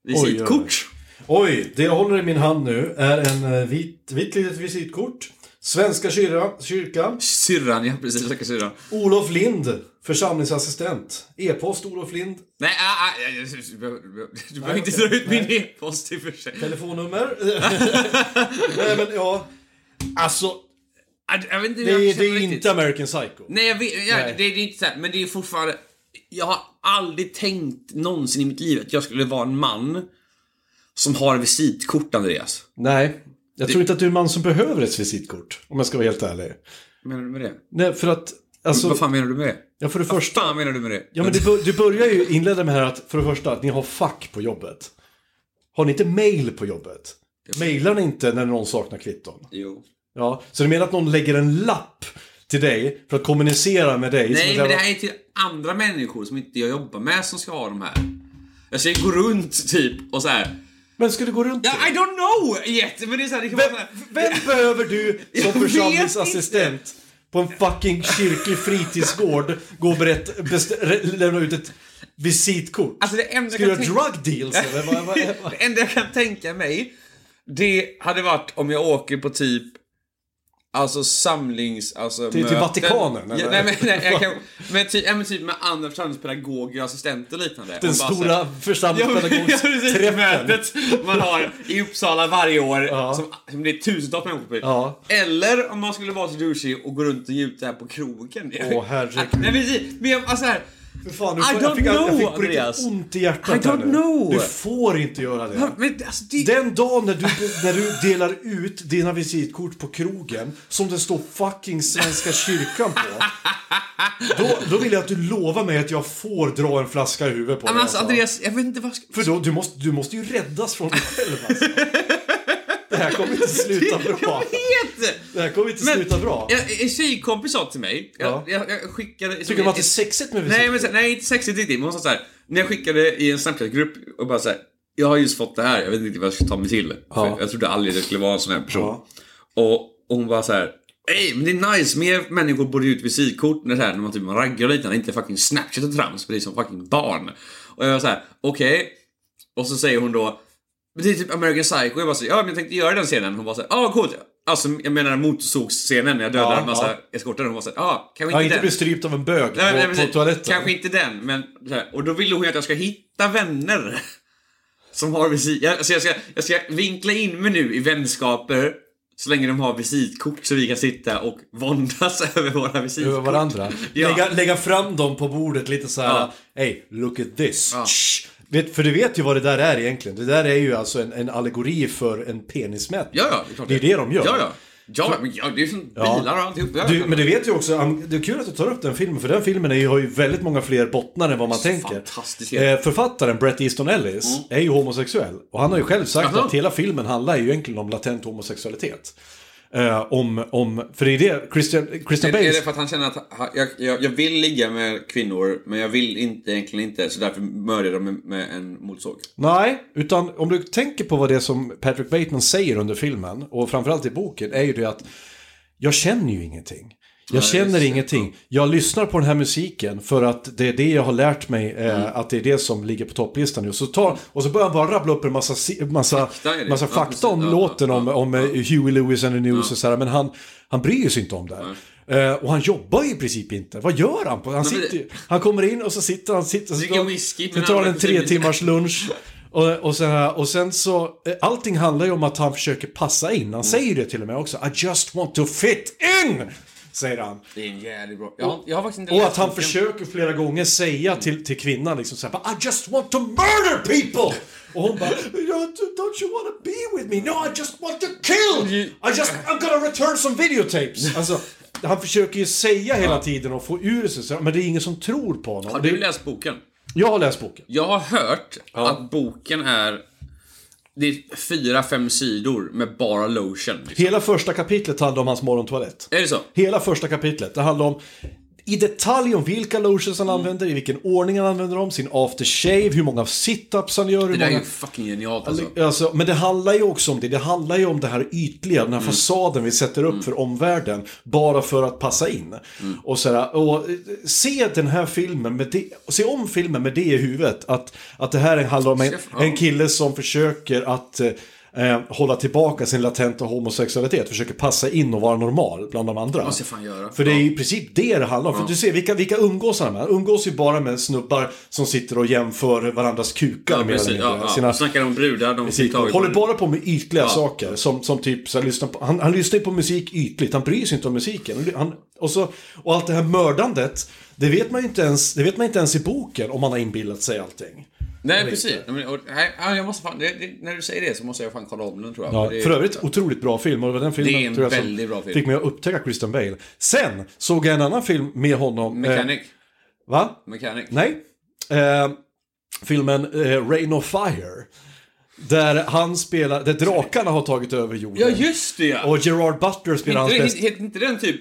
S2: visitkort.
S1: Oj, det jag håller i min hand nu är en eh, vit, vitt litet visitkort. Svenska kyra, kyrkan.
S2: Syrran, ja precis, stackars syrran.
S1: Olof Lind, församlingsassistent. E-post Olof Lind.
S2: Nej, ah, ah, du behöver- du behöver inte dra ut min e-post i och för sig.
S1: Telefonnummer. Nej men ja. Alltså,
S2: Ah, Jag vet inte hur
S1: det
S2: jag
S1: är, det
S2: känner
S1: är
S2: riktigt.
S1: inte American Psycho.
S2: Nej, jag vet, jag,
S1: Nej.
S2: Det, det är inte så här, men det är fortfarande... Jag har aldrig tänkt någonsin i mitt liv att jag skulle vara en man som har visitkort, Andreas.
S1: Nej, jag tror inte att du är en man som behöver ett visitkort. Om jag ska vara helt ärlig.
S2: Menar du med det?
S1: Nej, för att... Alltså,
S2: Vad fan menar du med det?
S1: ja, för det
S2: Vad
S1: första...
S2: fan menar du med det?
S1: Ja, men du, bör- du börjar ju inleda med här att, för det första, att ni har fack på jobbet. Har ni inte mail på jobbet? Mailar ni inte när någon saknar kvitton?
S2: Jo.
S1: Ja, så du menar att någon lägger en lapp till dig för att kommunicera med dig? som
S2: Nej,
S1: ett
S2: men det
S1: jävla-
S2: här är till andra människor som inte jag jobbar med som ska ha de här. Jag ska gå runt typ och så här.
S1: men ska du gå runt
S2: Ja, I
S1: till?
S2: don't know yet! Men det är så här, det kan vara så
S1: Vem,
S2: här.
S1: vem behöver du som
S2: Jag vet
S1: församlingsassistent på en fucking kyrklig fritidsgård gå och berätt, best, re- lämna ut ett visitkort?
S2: Alltså det enda
S1: ska du
S2: jag
S1: göra
S2: kan
S1: drug deals eller? Vad, vad, vad?
S2: Det enda jag kan tänka mig, det hade varit om jag åker på typ Alltså samlings... Alltså
S1: Till- till
S2: möten.
S1: Vatikanen,
S2: Ja,
S1: eller?
S2: nej, men, nej, jag kan, men, ty, ja, men typ med andra församlingspedagoger och assistenter och liknande.
S1: Den
S2: Och bara så här-
S1: stora
S2: Ja, men- ja, precis,
S1: församlingspedagogsträffen.
S2: mötet man har i Uppsala varje år som, som det är tusentals människor på.
S1: Ja.
S2: Eller om man skulle vara så douchig och gå runt och njuta här på krogen.
S1: Åh, herregud.
S2: Nej, men, precis. men jag- alltså här,
S1: För fan,
S2: I
S1: du får, jag
S2: don't
S1: fick, jag, jag
S2: know,
S1: fick på
S2: Andreas.
S1: riktigt ont i hjärtat
S2: I
S1: här
S2: don't
S1: nu.
S2: know.
S1: Du får inte göra det.
S2: men, alltså, det,
S1: Den dagen när du, när du delar ut dina visitkort på krogen som det står fucking Svenska kyrkan på. Då, då vill jag att du lovar mig att jag får dra en flaska i huvudet på dig.
S2: men alltså,
S1: alltså.
S2: Andreas, jag vet inte vad jag ska...
S1: För då, du, måste, du måste ju räddas från dig själv alltså. Det här kommer inte sluta bra.
S2: Jag vet!
S1: Det här kommer inte sluta bra.
S2: Jag, en tjejkompis sa till mig, jag,
S1: Ja.
S2: jag, jag skickade...
S1: Tycker de att det är sexigt med
S2: Nej,
S1: visitkort?
S2: men, så- nej, inte sexigt riktigt, men hon sa såhär, när jag skickade i en Snapchat-grupp och bara såhär, jag har just fått det här, jag vet inte vad jag ska ta mig till. För Jag trodde aldrig jag skulle vara en sån här person.
S1: Ja.
S2: Och, och hon bara såhär, Ey, men det är nice, mer människor borde ge ut visitkort när, så här, när man typ man raggar och liknande, inte fucking Snapchat och trams, precis som fucking barn. Och jag var såhär, okej. Och så säger hon då, men det är typ American Psycho, jag bara så, ja men jag tänkte göra den scenen. Hon bara såhär, ah coolt. Alltså jag menar motorsågsscenen när jag dödar
S1: Ja,
S2: en massa
S1: ja.
S2: eskorter. Hon bara såhär, ah kan vi inte
S1: Jag inte
S2: den?
S1: bli strypt av en bög
S2: Nej, nej,
S1: på,
S2: precis.
S1: på toaletten.
S2: Kanske inte den, men så här. Och då ville hon ju att jag ska hitta vänner. Som har visit... Jag, alltså jag, ska, jag ska vinkla in mig nu i vänskaper. Så länge de har visitkort så vi kan sitta och våndas över våra visitkort.
S1: över varandra.
S2: Ja.
S1: Lägga, lägga fram dem på bordet lite så här. Hey, look at this. Shh. Vet, för du vet ju vad det där är egentligen. Det där är ju alltså en, en allegori för en penismätning.
S2: Ja, ja, det är klart
S1: Det är det de gör.
S2: Ja, ja. Ja, men ja, det är ju som bilar och alltihop. Ja,
S1: Du, men du vet ju också, am- det är kul att du tar upp den filmen, för den filmen är ju, har ju väldigt många fler bottnar än vad man tänker.
S2: fantastisk.
S1: Eh, författaren Bret Easton Ellis är ju homosexuell. Och han har ju själv sagt
S2: Mm. Jaha.
S1: att hela filmen handlar ju egentligen om latent homosexualitet. Eh, om, om, för det är det Christian, Christian
S2: Är, är
S1: Bales...
S2: det för att han känner att ha- jag, jag, jag vill ligga med kvinnor, men jag vill inte egentligen inte, så därför mördar jag dem med, med en motorsåg?
S1: Nej, utan om du tänker på vad det är som Patrick Bateman säger under filmen och framförallt i boken är ju det att jag känner ju ingenting. Jag känner ingenting. Jag lyssnar på den här musiken för att det är det jag har lärt mig eh,
S2: Mm.
S1: att det är det som ligger på topplistan nu. Så tar, och så börjar han bara rabbla upp en massa, si- massa,
S2: Fakta är det.
S1: massa
S2: Ja,
S1: fakta om
S2: precis. Ja,
S1: låten,
S2: ja,
S1: om,
S2: ja.
S1: om eh, Huey Lewis and the News och så här, men han, han bryr sig inte om det. Eh, och han jobbar ju i princip inte. Vad gör han? På? Han,
S2: men det-
S1: sitter, ju- han kommer in och så sitter han... Sitter,
S2: Dricker
S1: så-
S2: whisky,
S1: så
S2: men
S1: tar han en
S2: han-
S1: tre timmars lunch. Och, och, sen, här- och sen så, eh, allting handlar ju om att han försöker passa in. Han säger det till och med också. I just want to fit in! Säger han.
S2: Det är en jävligt bra... Jag har, jag har faktiskt inte
S1: Och
S2: läst
S1: att han
S2: boken.
S1: försöker flera gånger säga till, till kvinnan liksom så här, I just want to murder people! Och hon bara, "Don't- don't you wanna be with me? No, I just want to kill! I just, I'm gonna return some videotapes! Alltså, han försöker ju säga hela tiden och få ur sig, så här, men det är ingen som tror på honom.
S2: Har
S1: Det-
S2: du läst boken?
S1: Jag har läst boken.
S2: Jag har hört att boken är... Det är fyra, fem sidor med bara lotion. Liksom.
S1: Hela första kapitlet handlar om hans morgontoalett.
S2: Är det så?
S1: Hela första kapitlet, det handlar om i detalj om vilka lotions
S2: Mm.
S1: han använder, i vilken ordning han använder dem, sin after shave, hur många situps han gör, hur
S2: Det där är
S1: många...
S2: ju fucking genialt alltså.
S1: Alltså, men det handlar ju också om det. Det handlar ju om det här ytliga, den här
S2: Mm.
S1: fasaden vi sätter upp för omvärlden. Bara för att passa in.
S2: Mm.
S1: Och, så här, och eh, se den här filmen, med det, och se om filmen med det i huvudet. Att, att det här handlar om en,
S2: Ja.
S1: en kille som försöker att eh, eh, hålla tillbaka sin latenta homosexualitet. Försöker passa in och vara normal bland de andra.
S2: måste jag fan göra.
S1: För det är ju i princip det det handlar om. För du ser, vilka, vilka umgås han med? Han umgås ju bara med snubbar som sitter och jämför varandras kukar. mer
S2: Ja,
S1: eller
S2: precis.
S1: mindre.
S2: Ja, ja.
S1: Sina-
S2: Snackar om brudar, de fick tag i-
S1: Håller bara på med ytliga saker. Som, som typ, så här, lyssnar på, han, han lyssnar ju på musik ytligt, han bryr sig inte om musiken. Han, och, så, och allt det här mördandet, det vet man ju inte ens, det vet man inte ens i boken om man har inbillat sig allting.
S2: Nej, precis. Nej, men, och, nej, ja, jag måste fan, det, det, när du säger det så måste jag fan kolla om den tror jag.
S1: Ja,
S2: för det,
S1: för övrigt, otroligt bra film. Och det var den filmen
S2: Det är en
S1: tror jag, som
S2: väldigt bra film.
S1: fick mig att upptäcka Christian Bale. Sen såg jag en annan film med honom. Eh,
S2: Mechanic.
S1: va?
S2: Mechanic.
S1: Nej. Eh, filmen eh, Rain of Fire. Där han spelar, där drakarna har tagit över jorden.
S2: Ja, just det ja!
S1: Och Gerard Butler spelar hans
S2: Inte,
S1: bästa...
S2: heter inte den typ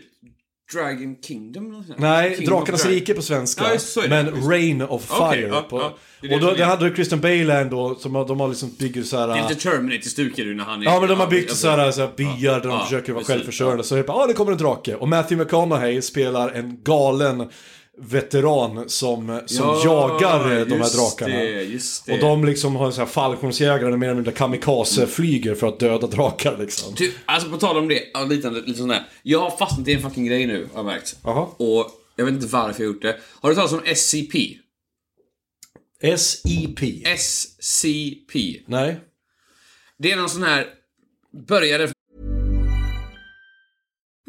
S2: Dragon Kingdom? eller något sånt?
S1: Nej,
S2: Kingdom
S1: Drakarnas
S2: of Drag-
S1: rike på svenska.
S2: Ja, just så är det.
S1: men Rain of Fire.
S2: Okej, ja,
S1: på,
S2: ja. Det är det
S1: och då,
S2: som
S1: det
S2: är-
S1: hade Christian Bale ändå, som har- de har liksom bygger så här...
S2: Det är lite Terminator-stuk i det när han är...
S1: Ja men de har byggt
S2: alltså-
S1: så här, eh, så här byar där de
S2: ja,
S1: försöker vara
S2: precis.
S1: självförsörjande. Så det är bara, ah, det kommer en drake. Och Matthew McConaughey spelar en galen veteran som, som
S2: Ja,
S1: jagar eh, de här
S2: just
S1: drakarna.
S2: Det, just det.
S1: Och de liksom har så här fallskärmsjägare, eller mer eller mindre kamikaze-flyger för att döda drakar liksom.
S2: Du, alltså på tal om det, ja, lite, lite sån där. Jag har fastnat i en fucking grej nu, har jag märkt.
S1: Jaha.
S2: Och jag vet inte varför jag gjort det. Har du talat om SCP?
S1: SEP.
S2: SCP.
S1: Nej.
S2: Det är någon sån här... Började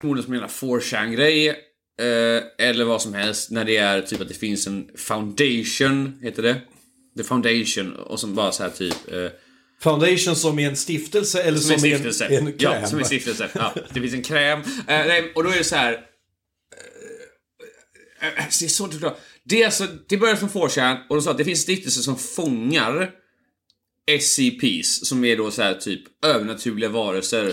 S2: förmodligen som en jävla 4chan-grej. Eh, eller vad som helst. När det är typ att det finns en foundation, heter det. The foundation. Och som bara så här typ... Eh,
S1: Foundation som är en stiftelse eller
S2: som,
S1: som,
S2: en stiftelse.
S1: en, en kräm?
S2: Ja, som en stiftelse. Ja, det finns en kräm. Eh, nej, och då är det så här... eh, eh, det är så inte klart. Det, är alltså, det började som 4chan och de sa att det finns stiftelser som fångar SCPs, som är då så här typ övernaturliga varelser.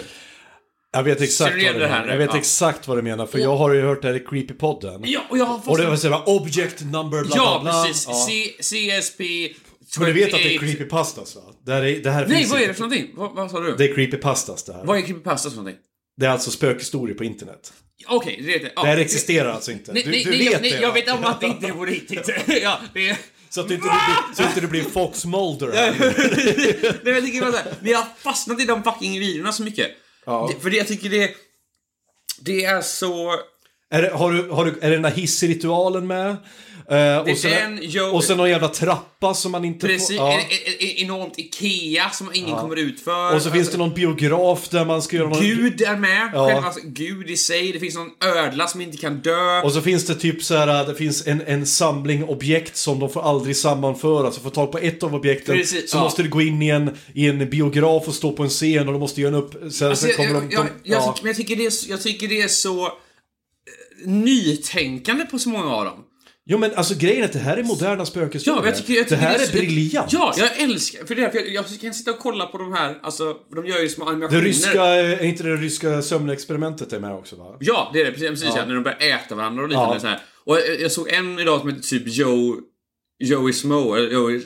S1: Jag vet exakt
S2: Ser
S1: vad
S2: du
S1: du
S2: igen det här
S1: menar.
S2: nu?
S1: Jag vet
S2: Ja.
S1: exakt vad du menar, för jag har ju hört det här i Creepypodden.
S2: Ja, och jag har
S1: Och det var
S2: fastnat-
S1: såhär, object number bla
S2: Ja,
S1: bla bla.
S2: precis. C- CSP...
S1: Men du vet att det är
S2: 28.
S1: creepypastas va? Det här, är, det här
S2: Nej,
S1: finns
S2: vad är
S1: inte.
S2: det för någonting? Vad, vad sa du?
S1: Det är creepypastas det här.
S2: Vad är creepypasta för någonting?
S1: Det är alltså spökhistorier på internet.
S2: Okej, det vet jag. Ja,
S1: Det här existerar alltså inte.
S2: Nej,
S1: Du,
S2: nej,
S1: du
S2: nej,
S1: vet
S2: jag, nej,
S1: det
S2: jag
S1: va?
S2: vet om att det inte är på riktigt. ja, det är...
S1: Så att du inte, du blir, så att inte du blir Fox Mulder. här.
S2: Nej, men jag tycker bara så här, men jag har fastnat i de fucking videorna så mycket. Det, för det, jag tycker det... Det är så...
S1: är, det, har du, har du, är det den här hissritualen med? Eh, och,
S2: är
S1: sen,
S2: den, jag-
S1: och sen någon jävla trappa som man inte
S2: Precis,
S1: får...
S2: en, en, en, enormt IKEA som ingen kommer ut för. Alltså,
S1: Och så finns det någon biograf där man ska göra någon...
S2: Gud är med.
S1: Ja.
S2: Själva, alltså, Gud i sig. Det finns någon ödla som inte kan dö.
S1: Och så finns det typ så här, det finns en, en samling objekt som de får aldrig sammanföra. Så får tag på ett av objekten
S2: Precis,
S1: så
S2: ja.
S1: måste du gå in i en, i en biograf och stå på en scen och de måste göra en upp... Så här,
S2: Alltså,
S1: sen kommer
S2: jag,
S1: de...
S2: jag,
S1: de
S2: jag,
S1: ja.
S2: tycker- men jag, tycker det är, så- jag tycker det är så eh, nytänkande på så många av dem.
S1: Jo men alltså grejen är att det här är moderna spökhistorier.
S2: Ja, men jag tycker, jag tycker
S1: det här är,
S2: så-
S1: briljant.
S2: Ja, jag älskar för det. För jag, jag kan sitta och kolla på de här, alltså, för de gör ju små
S1: Det
S2: animationer.
S1: ryska, är inte det ryska sömnexperimentet är med också va?
S2: Ja, det är det. Precis, precis ja. när de börjar äta varandra och liknande.
S1: Ja.
S2: så här. Och jag, jag såg en idag som heter typ Joe... Joey Smo, eller Joey...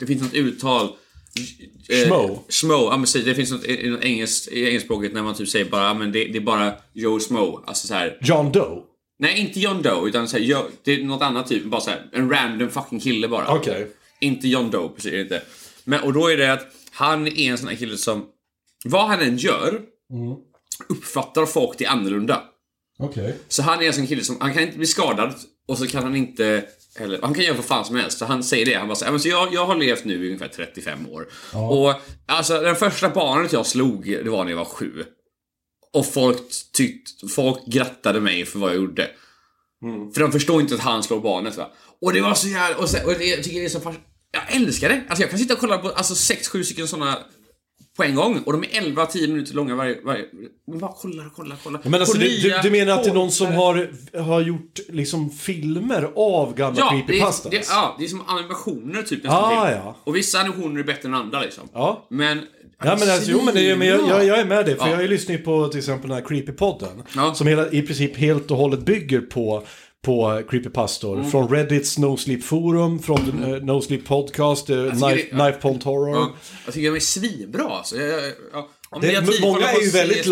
S2: Det finns något uttal. Eh,
S1: Schmo.
S2: Schmo, ja men precis. Det finns något i, i något engelskt, i engelskspråket när man typ säger bara, ja, men det, det är bara Joe Smo. Alltså så här.
S1: John Doe?
S2: Nej, inte John Doe, utan så här, Joe, det är något annat typ. Bara så här, en random fucking kille bara.
S1: Okej.
S2: Inte John Doe, precis. Inte. Men, och då är det att han är en sån här kille som, vad han än gör,
S1: Mm.
S2: uppfattar folk det annorlunda.
S1: Okej.
S2: Så han är en sån kille som, han kan inte bli skadad och så kan han inte heller, han kan göra vad fan som helst. Så han säger det, han bara så, här, "Ja, men så jag, jag har levt nu i ungefär 35 år. Och alltså den första barnet jag slog, det var när jag var sju. Och folk tyckte, folk grattade mig för vad jag gjorde.
S1: Mm.
S2: För de förstår inte att han slår barnet va. Och det var så jävla, och, så, och det, jag tycker det är så fas- jag älskar det! Alltså jag kan sitta och kolla på alltså 6-7 stycken såna på en gång. Och de är 11-10 minuter långa varje... varje men bara kollar, kollar, kollar.
S1: Men alltså,
S2: På
S1: du, du,
S2: nya
S1: du menar att det är någon som
S2: tårtor.
S1: har, har gjort liksom filmer av gamla
S2: Ja det, är,
S1: creepypastas?
S2: det, ja, det är som animationer typ nästan
S1: Ah,
S2: till.
S1: ja.
S2: Och vissa animationer är bättre än andra liksom.
S1: Ja.
S2: Men...
S1: Ja, men alltså, jo, men, det är, men jag, jag, jag är med dig, för
S2: Ja.
S1: jag lyssnar ju på till exempel den här Creepypodden.
S2: Ja.
S1: Som hela, i princip helt och hållet bygger på, på creepypastor.
S2: Mm.
S1: Från Reddits No Sleep Forum, från eh, No Sleep Podcast, eh,
S2: det-
S1: Knife,
S2: ja.
S1: Knife Point Horror.
S2: Ja, jag tycker de är svinbra alltså. Jag, jag, ja. Om ni
S1: Det,
S2: har tid,
S1: många
S2: kolla på
S1: är ju väldigt
S2: CSI.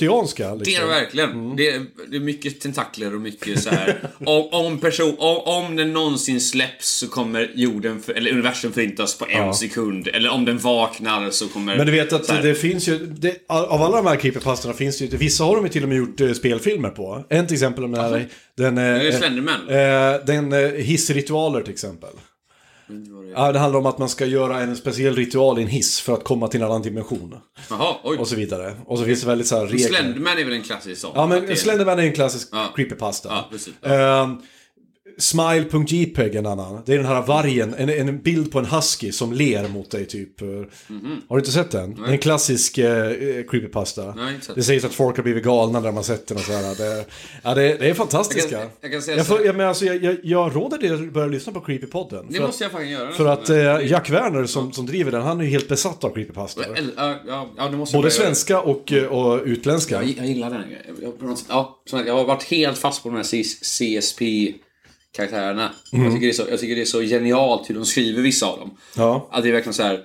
S1: Lovecraftianska.
S2: Det är
S1: Liksom.
S2: det verkligen. Det, är, det är mycket tentakler och mycket så här. om, om, person, om, om den någonsin släpps så kommer jorden, för, eller universum förintas på en sekund. Eller om den vaknar så kommer...
S1: Men du vet att
S2: så här.
S1: det finns ju, det, av alla de här creepypastorna finns det ju, vissa har de ju till och med gjort eh, spelfilmer på. En till exempel den här, den...
S2: Alltså, är
S1: eh,
S2: Slenderman.
S1: eh, Den eh, hissritualer till exempel.
S2: Mm,
S1: Ja, det handlar om att man ska göra en speciell ritual i en hiss för att komma till en annan dimension.
S2: Jaha, oj.
S1: Och så vidare. Och så finns det väldigt så här regler.
S2: Slenderman är väl en klassisk sån?
S1: Ja,
S2: Att det
S1: men
S2: är-
S1: Slenderman är en klassisk
S2: Ja.
S1: creepypasta.
S2: Ja, precis.
S1: Ehm, Smile.jpg är en annan. Det är den här vargen, en, en bild på en husky som ler mot dig typ. Har du inte sett den? Det är en klassisk eh, eh, creepypasta.
S2: Mhm. Nej, inte sett.
S1: det sägs att folk har blivit galna när de har sett den och sådär. Det, ja, det, det är fantastiska.
S2: Jag kan- jag kan säga
S1: jag,
S2: så här.
S1: får, jag, men alltså, jag, jag, jag råder dig att börja lyssna på Creepypodden.
S2: Det
S1: för
S2: måste
S1: att,
S2: jag faktiskt göra.
S1: för att eh, Jack Werner som, som driver den, han är ju helt besatt av creepypastor.
S2: Eller, ja, ja, ja, det måste jag
S1: Både
S2: börja göra.
S1: svenska och, eh, och utländska.
S2: Jag, jag gillar den. Jag, jag, på något sätt, ja, som sagt, jag har varit helt fast på de här CSP-karaktärerna.
S1: Mm.
S2: Jag, tycker det är så, jag tycker det är så genialt hur de skriver vissa av dem.
S1: Ja.
S2: Att det är verkligen så här.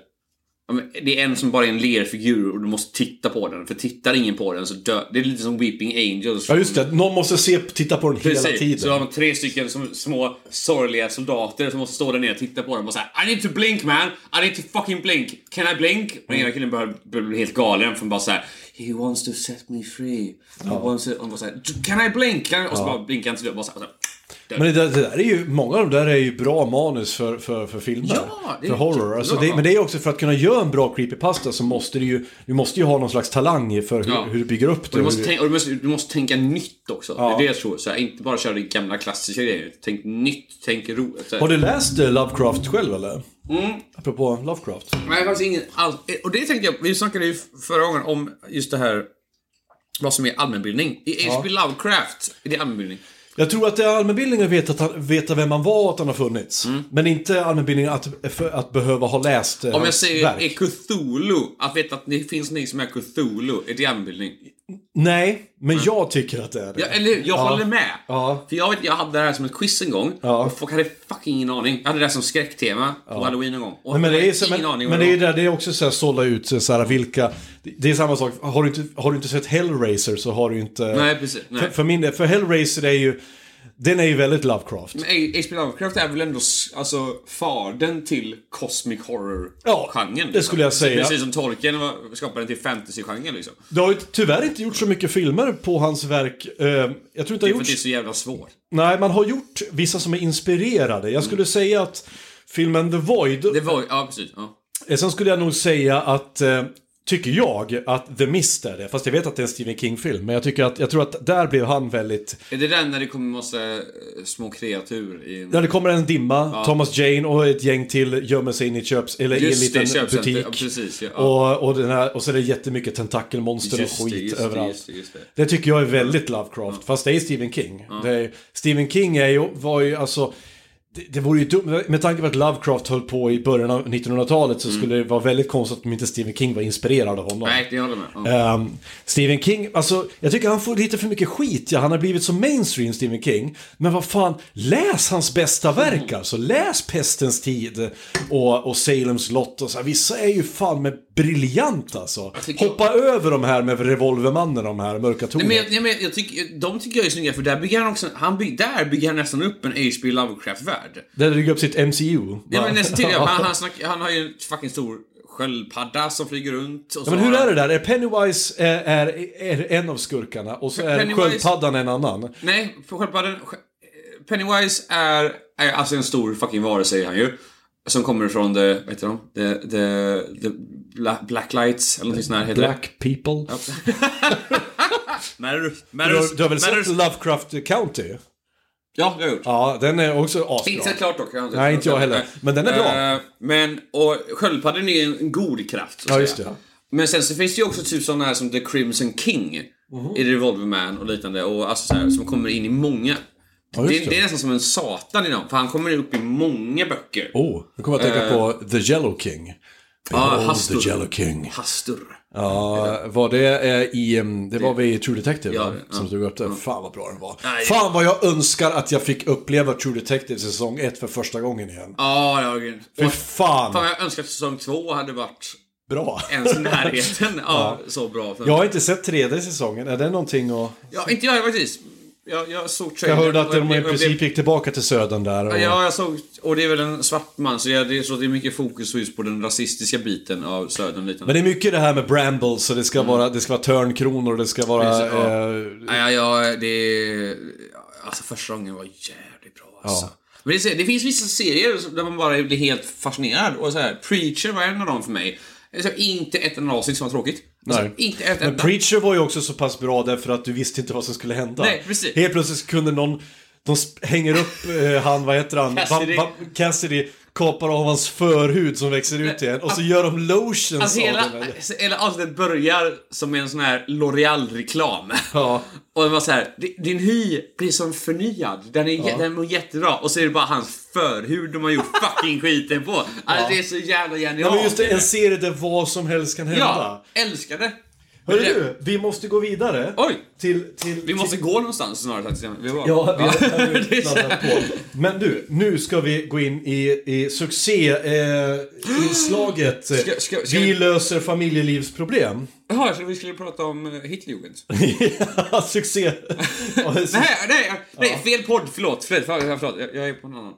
S2: ja, men Det är en som bara är en lerfigur och du måste titta på den. För tittar ingen på den så dör... Det är lite som Weeping Angels.
S1: Ja just det, någon måste se, titta på den hela
S2: Precis.
S1: tiden.
S2: Så har man tre stycken som, små sorgliga soldater som måste stå där nere och titta på dem och säga I need to blink man! I need to fucking blink! Can I blink? Och den ena killen börjar börjar bli helt galen för han bara såhär He wants to set me free. He wants to... Och han bara såhär Can I blink? Can I? Och så bara blinkar han till det och bara såhär
S1: Men det, där- det där är ju, många av de där är ju bra manus för, för, för filmer.
S2: Ja, det är
S1: för horror.
S2: jättebra.
S1: Alltså det, men det är också för att kunna göra en bra creepypasta så måste du ju, du måste ju ha någon slags talang i för hur,
S2: Ja.
S1: hur du bygger upp det.
S2: Du måste,
S1: Hur-
S2: tänka, och du, måste, du måste tänka nytt också. Det är det jag tror. Så här, inte bara köra det gamla klassiska grejer. Tänk nytt, tänk roligt.
S1: Har du läst eh, Lovecraft själv eller? Mm. Apropå Lovecraft.
S2: Nej, faktiskt ingen alls. Och det tänkte jag, vi snackade ju förra gången om just det här vad som är allmänbildning. I H.P. Lovecraft är det allmänbildning.
S1: Jag tror att det är allmänbildning att veta, att han, veta vem man var och att han har funnits. Men inte allmänbildning att, för, att behöva ha läst eh,
S2: Mm. Om jag
S1: hans
S2: säger
S1: verk.
S2: är Cthulhu, att veta att det finns någonting som är Cthulhu, är det allmänbildning?
S1: Nej, men jag tycker att det är det.
S2: Mm. Ja, eller hur? Jag håller med.
S1: Ja.
S2: För jag, vet, jag hade det här som ett quiz en gång
S1: Ja.
S2: och folk hade fucking ingen aning. Jag hade det här som skräcktema på halloween en gång. Och
S1: Nej, men
S2: jag
S1: det är,
S2: hade
S1: så,
S2: ingen aning
S1: men, men
S2: vad
S1: det är ju
S2: var.
S1: där, det är också så här, sålla ut så här, vilka... det- Det är samma sak, har du inte, har du inte sett Hellraiser så har du inte...
S2: Nej, precis. Nej.
S1: För, för min del, för Hellraiser är ju... Den är ju väldigt Lovecraft.
S2: Men H.P. Lovecraft är väl ändå s- alltså, fadern till Cosmic
S1: Ja,
S2: Horror-genren? liksom.
S1: det skulle jag säga.
S2: Precis som Tolkien var- skapade den till fantasy-genren liksom.
S1: Det har ju tyvärr inte gjort så mycket filmer på hans verk. Eh, jag tror inte det har
S2: Det är för att det är
S1: gjort...
S2: så jävla svårt.
S1: Nej, man har gjort vissa som är inspirerade. Jag skulle säga att filmen The Void...
S2: Mm. Det var ju- ja precis. Ja.
S1: Eh, Sen skulle jag nog säga att, eh, tycker jag, att The Mist är det. Fast jag vet att det är en Stephen King-film. Men jag, tycker att, jag tror att där blev han väldigt...
S2: Är det den när det kommer massa eh, små kreatur i en...
S1: Ja, det kommer en dimma, Thomas Jane och ett gäng till gömmer sig in i ett köps, eller i en
S2: Just det,
S1: liten
S2: köpcenter.
S1: butik.
S2: Ja, precis, ja.
S1: och, och, den här, och så är det jättemycket tentakelmonster
S2: Just det,
S1: och skit
S2: just det,
S1: överallt.
S2: just det, just det.
S1: tycker jag är väldigt Lovecraft, fast det är Stephen King. Det är, Stephen King är ju, var ju alltså... Det, det vore ju dumt, med tanke på att Lovecraft höll på i början av 1900-talet så skulle det vara väldigt konstigt om inte Stephen King var inspirerad av honom.
S2: Mm. Nej, det håller jag med. Ja.
S1: Ehm, Stephen King, alltså jag tycker han får lite för mycket skit. Ja, han har blivit så mainstream Stephen King. Men vad fan, läs hans bästa
S2: Mm.
S1: verk alltså. Läs Pestens tid och, och Salems lott och så här. Vissa är ju fan med briljant alltså.
S2: tycker-
S1: Hoppa över de här med Revolvermannen och de här mörka tornen.
S2: Men, jag, nej, men jag tycker, de tycker jag är snygga för där bygger han också, han bygger, där bygger han nästan upp en H.P. Lovecraft-värld.
S1: Där dyker upp sitt MCU.
S2: Ja men nästan till, ja, han, han, snack, han har ju en fucking stor sköldpadda som flyger runt. Och så
S1: Ja, men hur
S2: har
S1: är
S2: han-
S1: det där? Är Pennywise eh, är, är, är en av skurkarna och så är
S2: Pennywise-
S1: sköldpaddan en annan?
S2: Nej, för sköldpaddan... skö- Pennywise är, är alltså en stor fucking varelse är han ju. Som kommer från the, vad heter de? The, the, the bla, Black Lights eller någonting sånt här heter det.
S1: Black people.
S2: Matters,
S1: Du,
S2: matters,
S1: har- du har väl
S2: matters.
S1: sett Lovecraft County?
S2: Ja, det har jag gjort.
S1: Ja, den är också asbra.
S2: Inte sett klart dock. har
S1: Nej, inte jag heller. Men den är bra.
S2: Eh, Men, och sköldpaddan är en god kraft. Så att
S1: Ja, just
S2: säga. Men sen så finns det ju också typ sådana här som The Crimson King
S1: Mhm.
S2: i Revolver Man och liknande och alltså så här, som kommer in i många.
S1: Ja,
S2: det,
S1: just
S2: det.
S1: det.
S2: är nästan som en satan i dem, för han kommer upp i många böcker.
S1: Oh, nu kommer jag att tänka på The Yellow King.
S2: Eh. Ja,
S1: Behold
S2: Hastur.
S1: The Yellow King.
S2: Hastur.
S1: Ja, var det eh, i, em, det var vi i True Detective
S2: Ja,
S1: va?
S2: det-
S1: som
S2: ja.
S1: tog upp det. Fan vad bra den var.
S2: Nej.
S1: Fan vad jag önskar att jag fick uppleva True Detective säsong 1 för första gången igen.
S2: Ja, ja, gud.
S1: Fy
S2: Och- Fan,
S1: fan,
S2: jag önskar att säsong två hade varit
S1: bra.
S2: ens i närheten av så bra.
S1: Jag har inte sett tredje säsongen, är det någonting att...
S2: Ja, inte jag faktiskt. Jag, jag såg
S1: Jag
S2: trailern.
S1: hörde att
S2: och
S1: de i
S2: jag blev-
S1: princip gick tillbaka till södern där. Och...
S2: Ja, jag såg... Och det är väl en svart man, så jag, det, är så det är mycket fokus just på den rasistiska biten av Södern. Lite.
S1: Men det är mycket det här med brambles så det ska vara, det ska vara törnkronor och det ska vara...
S2: Mm. Precis, ja.
S1: eh,
S2: Ja, ja, det... Alltså första gången var jävligt bra alltså. Men det, är så- det finns vissa serier där man bara blir helt fascinerad. Och så här, Preacher var en av dem för mig. Alltså, inte ett enda avsnitt som var tråkigt. Alltså,
S1: Nej.
S2: Inte ett
S1: Men
S2: enda.
S1: Preacher var ju också så pass bra därför att du visste inte vad som skulle hända.
S2: Nej, precis.
S1: Helt plötsligt kunde någon, de sp- hänger upp eh, han, vad heter han?
S2: Cassidy.
S1: Va, va, Cassidy kapar av hans förhud som växer ut igen och så gör de lotions
S2: Alltså
S1: av
S2: hela,
S1: den. eller?
S2: hela avsnittet börjar som en sån här L'Oreal-reklam.
S1: Ja.
S2: Och det var så här, "Di- din hy blir som förnyad. Den, är, jä- den mår jättebra. Och så är det bara hans förhud de har gjort fucking skiten på. Alltså det är så jävla
S1: Ja,
S2: genialt.
S1: men just det, en serie där vad som helst kan hända.
S2: Ja, älskar det.
S1: Hörru
S2: Men det-
S1: du, vi måste gå vidare.
S2: Oj!
S1: Till, till,
S2: Vi måste
S1: till...
S2: gå någonstans snarare faktiskt. Vi var...
S1: Ja, vi har
S2: Det är så här-
S1: knallat på. Men du, nu ska vi gå in i, i succéinslaget. Eh, inslaget.
S2: Ska- ska- ska
S1: vi,
S2: vi-
S1: löser familjelivsproblem.
S2: Jaha, så vi skulle prata om eh, Hitlerjugend.
S1: Ja, Succé. Ja, så-
S2: nej, nej, nej, fel podd. Förlåt, förlåt, förlåt. förlåt. Jag, jag är på en annan.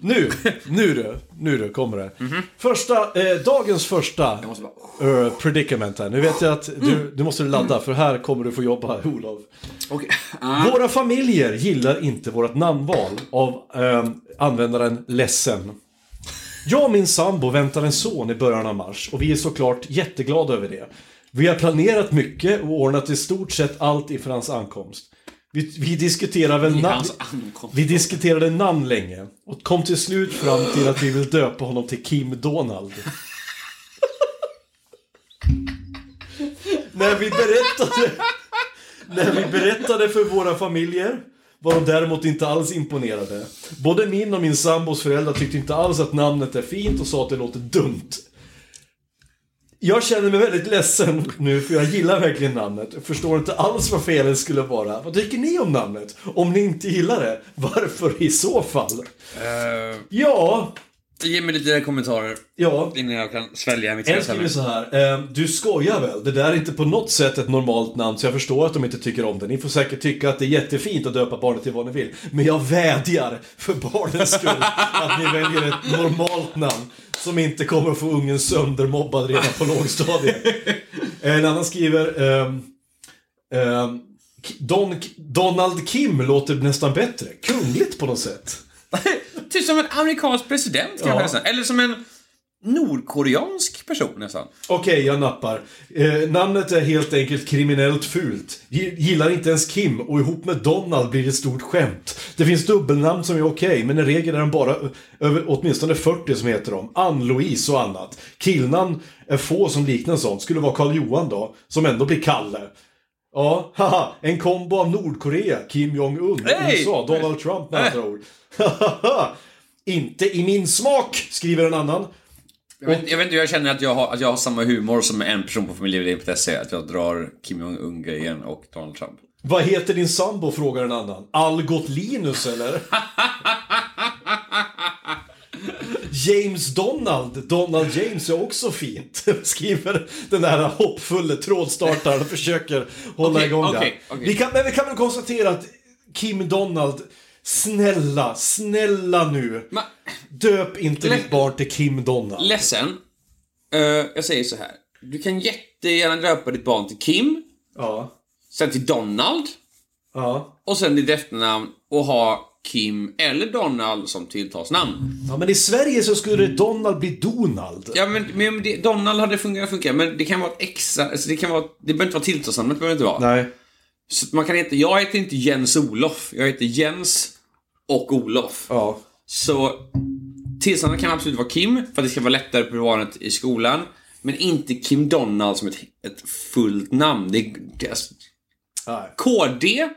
S1: nu, nu du, nu du kommer det. Första, eh, dagens första
S2: Mhm. måste
S1: eh, predicament här. Nu vet jag att du, du måste ladda för här kommer du få jobba Olof.
S2: Okej.
S1: Våra familjer gillar inte vårt namnval av ehm, användaren Ledsen. Jag och min sambo väntar en son i början av mars och vi är såklart jätteglada över det. Vi har planerat mycket och ordnat i stort sett allt inför hans ankomst. Vi, vi diskuterade väl namn...
S2: hans ankomst.
S1: Vi diskuterade namn länge och kom till slut fram till att vi vill döpa honom till Kim Donald. När vi berättade... När vi berättade för våra familjer var de däremot inte alls imponerade. Både min och min sambos föräldrar tyckte inte alls att namnet är fint och sa att det låter dumt. Jag känner mig väldigt ledsen nu för jag gillar verkligen namnet. Jag förstår inte alls vad felet skulle vara. Vad tycker ni om namnet? Om ni inte gillar det, varför i så fall? Eh, Ja,
S2: Ge mig lite kommentarer
S1: ja.
S2: innan jag kan svälja mitt
S1: En skriver så här. ehm, Du skojar väl? Det där är inte på något sätt ett normalt namn så jag förstår att de inte tycker om det. Ni får säkert tycka att det är jättefint att döpa barnet till vad ni vill. Men jag vädjar för barnens skull att ni väljer ett normalt namn som inte kommer att få ungen söndermobbad redan på lågstadiet. En annan skriver ehm, ehm, K- Don, Donald Kim låter nästan bättre. Kungligt på något sätt.
S2: Typ som en amerikansk president kanske
S1: Ja.
S2: nästan. Eller som en nordkoreansk person nästan.
S1: Okej, jag nappar. Eh, namnet är helt enkelt kriminellt fult. G- Gillar inte ens Kim och ihop med Donald blir det ett stort skämt. Det finns dubbelnamn som är okej, men i regel är de bara ö- över åtminstone 40 som heter dem. Ann-Louise och annat. Killnamn är få som liknar sånt. Skulle vara Karl-Johan då, som ändå blir Kalle. Ja, haha, en kombo av Nordkorea, Kim Jong-Un,
S2: Hey!
S1: USA, Donald Trump med andra ord. inte i min smak, skriver en annan.
S2: Jag vet, jag vet inte, jag känner att jag, har, att jag har samma humor som en person på familjeliv.se. E, Att jag drar Kim Jong-Un-grejen och Donald Trump.
S1: Vad heter din sambo? frågar en annan. Algot Linus eller? James Donald, Donald James är också fint. Skriver den här hoppfulla trådstartaren och försöker hålla
S2: Okej,
S1: igång det.
S2: okej, okej.
S1: Vi kan, men vi kan väl konstatera att Kim Donald, snälla, snälla nu.
S2: Men,
S1: Döp inte
S2: Lä-
S1: ditt barn till Kim Donald.
S2: ledsen. Eh, jag säger så här. Du kan jättegärna döpa ditt barn till Kim,
S1: Ja,
S2: sen till Donald
S1: ja.
S2: och sen ditt efternamn och ha Kim eller Donald som tilltalsnamn.
S1: ja, men i Sverige så skulle Donald bli Donald.
S2: Ja, men, men det, Donald hade fungerat, fungerat, men det kan vara ett extra... Alltså det, kan vara, det behöver inte vara tilltalsnamnet, behöver det inte vara.
S1: Nej.
S2: Så att man kan heta, jag heter inte Jens Olof, jag heter Jens och Olof.
S1: Ja.
S2: Så tillståndet kan absolut vara Kim, för att det ska vara lättare på barnet i skolan. Men inte Kim Donald som ett, ett fullt namn. Det är alltså, deras
S1: Nej.
S2: KD.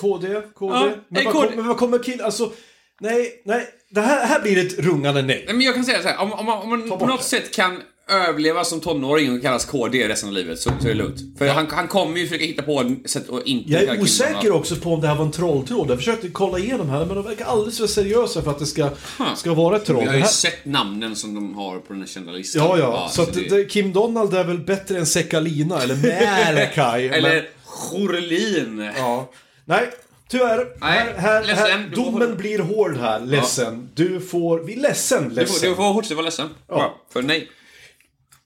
S1: KD, KD.
S2: Ja,
S1: men, vad
S2: eh, KD.
S1: Kom, men vad kommer kill... Alltså, nej, nej. Det här, här blir ett rungande nej.
S2: Nej, Men jag kan säga så här, om, om man, om man
S1: bort
S2: på något
S1: det.
S2: sätt kan överleva som tonåring och kallas KD resten av livet så, så är det lugnt. För han, han kommer ju försöka hitta på en sätt att inte
S1: Jag
S2: kalla
S1: är
S2: Kim
S1: osäker
S2: Donald.
S1: också på om det här var en trolltråd. Jag försökte kolla igenom här, men de verkar alldeles för seriösa för att det ska, ska vara ett troll.
S2: Jag har
S1: Det
S2: ju
S1: här-
S2: sett namnen som de har på den här kända listan.
S1: Ja, ja. Så att
S2: det-
S1: det, Kim Donald är väl bättre än Sekalina, eller Märkaj. men,
S2: Eller Jorlin.
S1: ja. Nej, tyvärr.
S2: Nej,
S1: här, här,
S2: ledsen.
S1: här,
S2: Du får
S1: domen
S2: hålla-
S1: blir hård här, ledsen. Du får... Vi är ledsen,
S2: Du får,
S1: ledsen.
S2: du får fortsätta vara ledsen. Ja. För nej.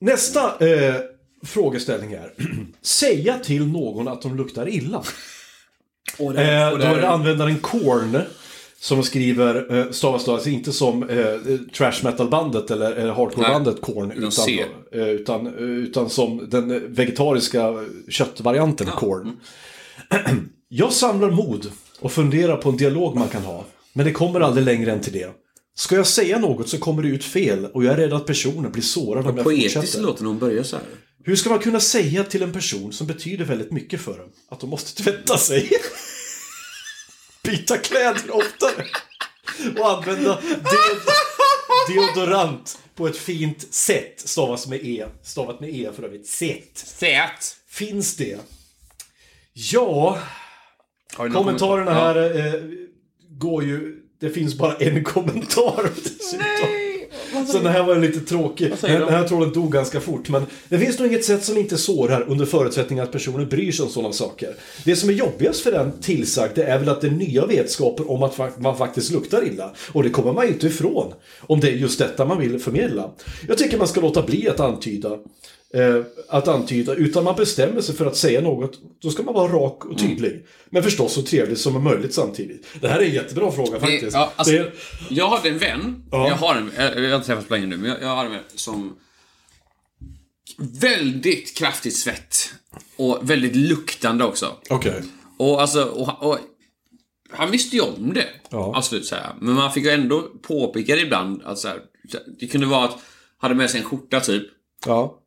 S1: Nästa eh, frågeställning är. Säga till någon att de luktar illa.
S2: Och
S1: Eh, då är det användaren Korn som skriver, eh, stavas då alltså inte som eh, trash metal-bandet eller eh, hardcore-bandet Korn. Utan,
S2: C.
S1: eh, utan, eh, utan som den eh, vegetariska köttvarianten Korn. Jag samlar mod och funderar på en dialog man kan ha. Men det kommer aldrig längre än till det. Ska jag säga något så kommer det ut fel och jag är rädd att personen blir sårad om jag
S2: Poetiskt
S1: fortsätter.
S2: låter när hon börjar så här.
S1: Hur ska man kunna säga till en person som betyder väldigt mycket för en att de måste tvätta sig? Byta kläder oftare. Och använda deod- deodorant på ett fint sätt. Stavas med E. Stavat med E för övrigt. Sätt.
S2: Sät.
S1: Finns det? Ja,
S2: Har du någon
S1: kommentarerna
S2: kommentar?
S1: här eh, går ju... Det finns bara en kommentar dessutom. Så den här var lite tråkig. Den
S2: Alltså, säger
S1: här,
S2: de?
S1: den här tråden dog ganska fort. Men det finns nog inget sätt som inte sårar under förutsättning att personer bryr sig om sådana saker. Det som är jobbigast för den tillsagde är väl att det är nya vetskaper om att fak- man faktiskt luktar illa. Och det kommer man ju inte ifrån. Om det är just detta man vill förmedla. Jag tycker man ska låta bli att antyda. Eh, att antyda, utan man bestämmer sig för att säga något, då ska man vara rak och tydlig.
S2: Mm.
S1: Men förstås så trevlig som möjligt samtidigt. Det här är en jättebra fråga
S2: Det-
S1: faktiskt.
S2: Ja, alltså,
S1: det är,
S2: Jag hade en vän,
S1: Ja.
S2: jag har en, jag, jag har inte träffats på länge nu, men jag, jag har en vän som väldigt kraftigt svett och väldigt luktande också.
S1: Okej.
S2: Och alltså, och, han- och, han visste ju om det.
S1: Ja.
S2: Absolut, så här. Men man fick ju ändå påpeka det ibland. Att så här, det kunde vara att han hade med sig en skjorta typ.
S1: Ja.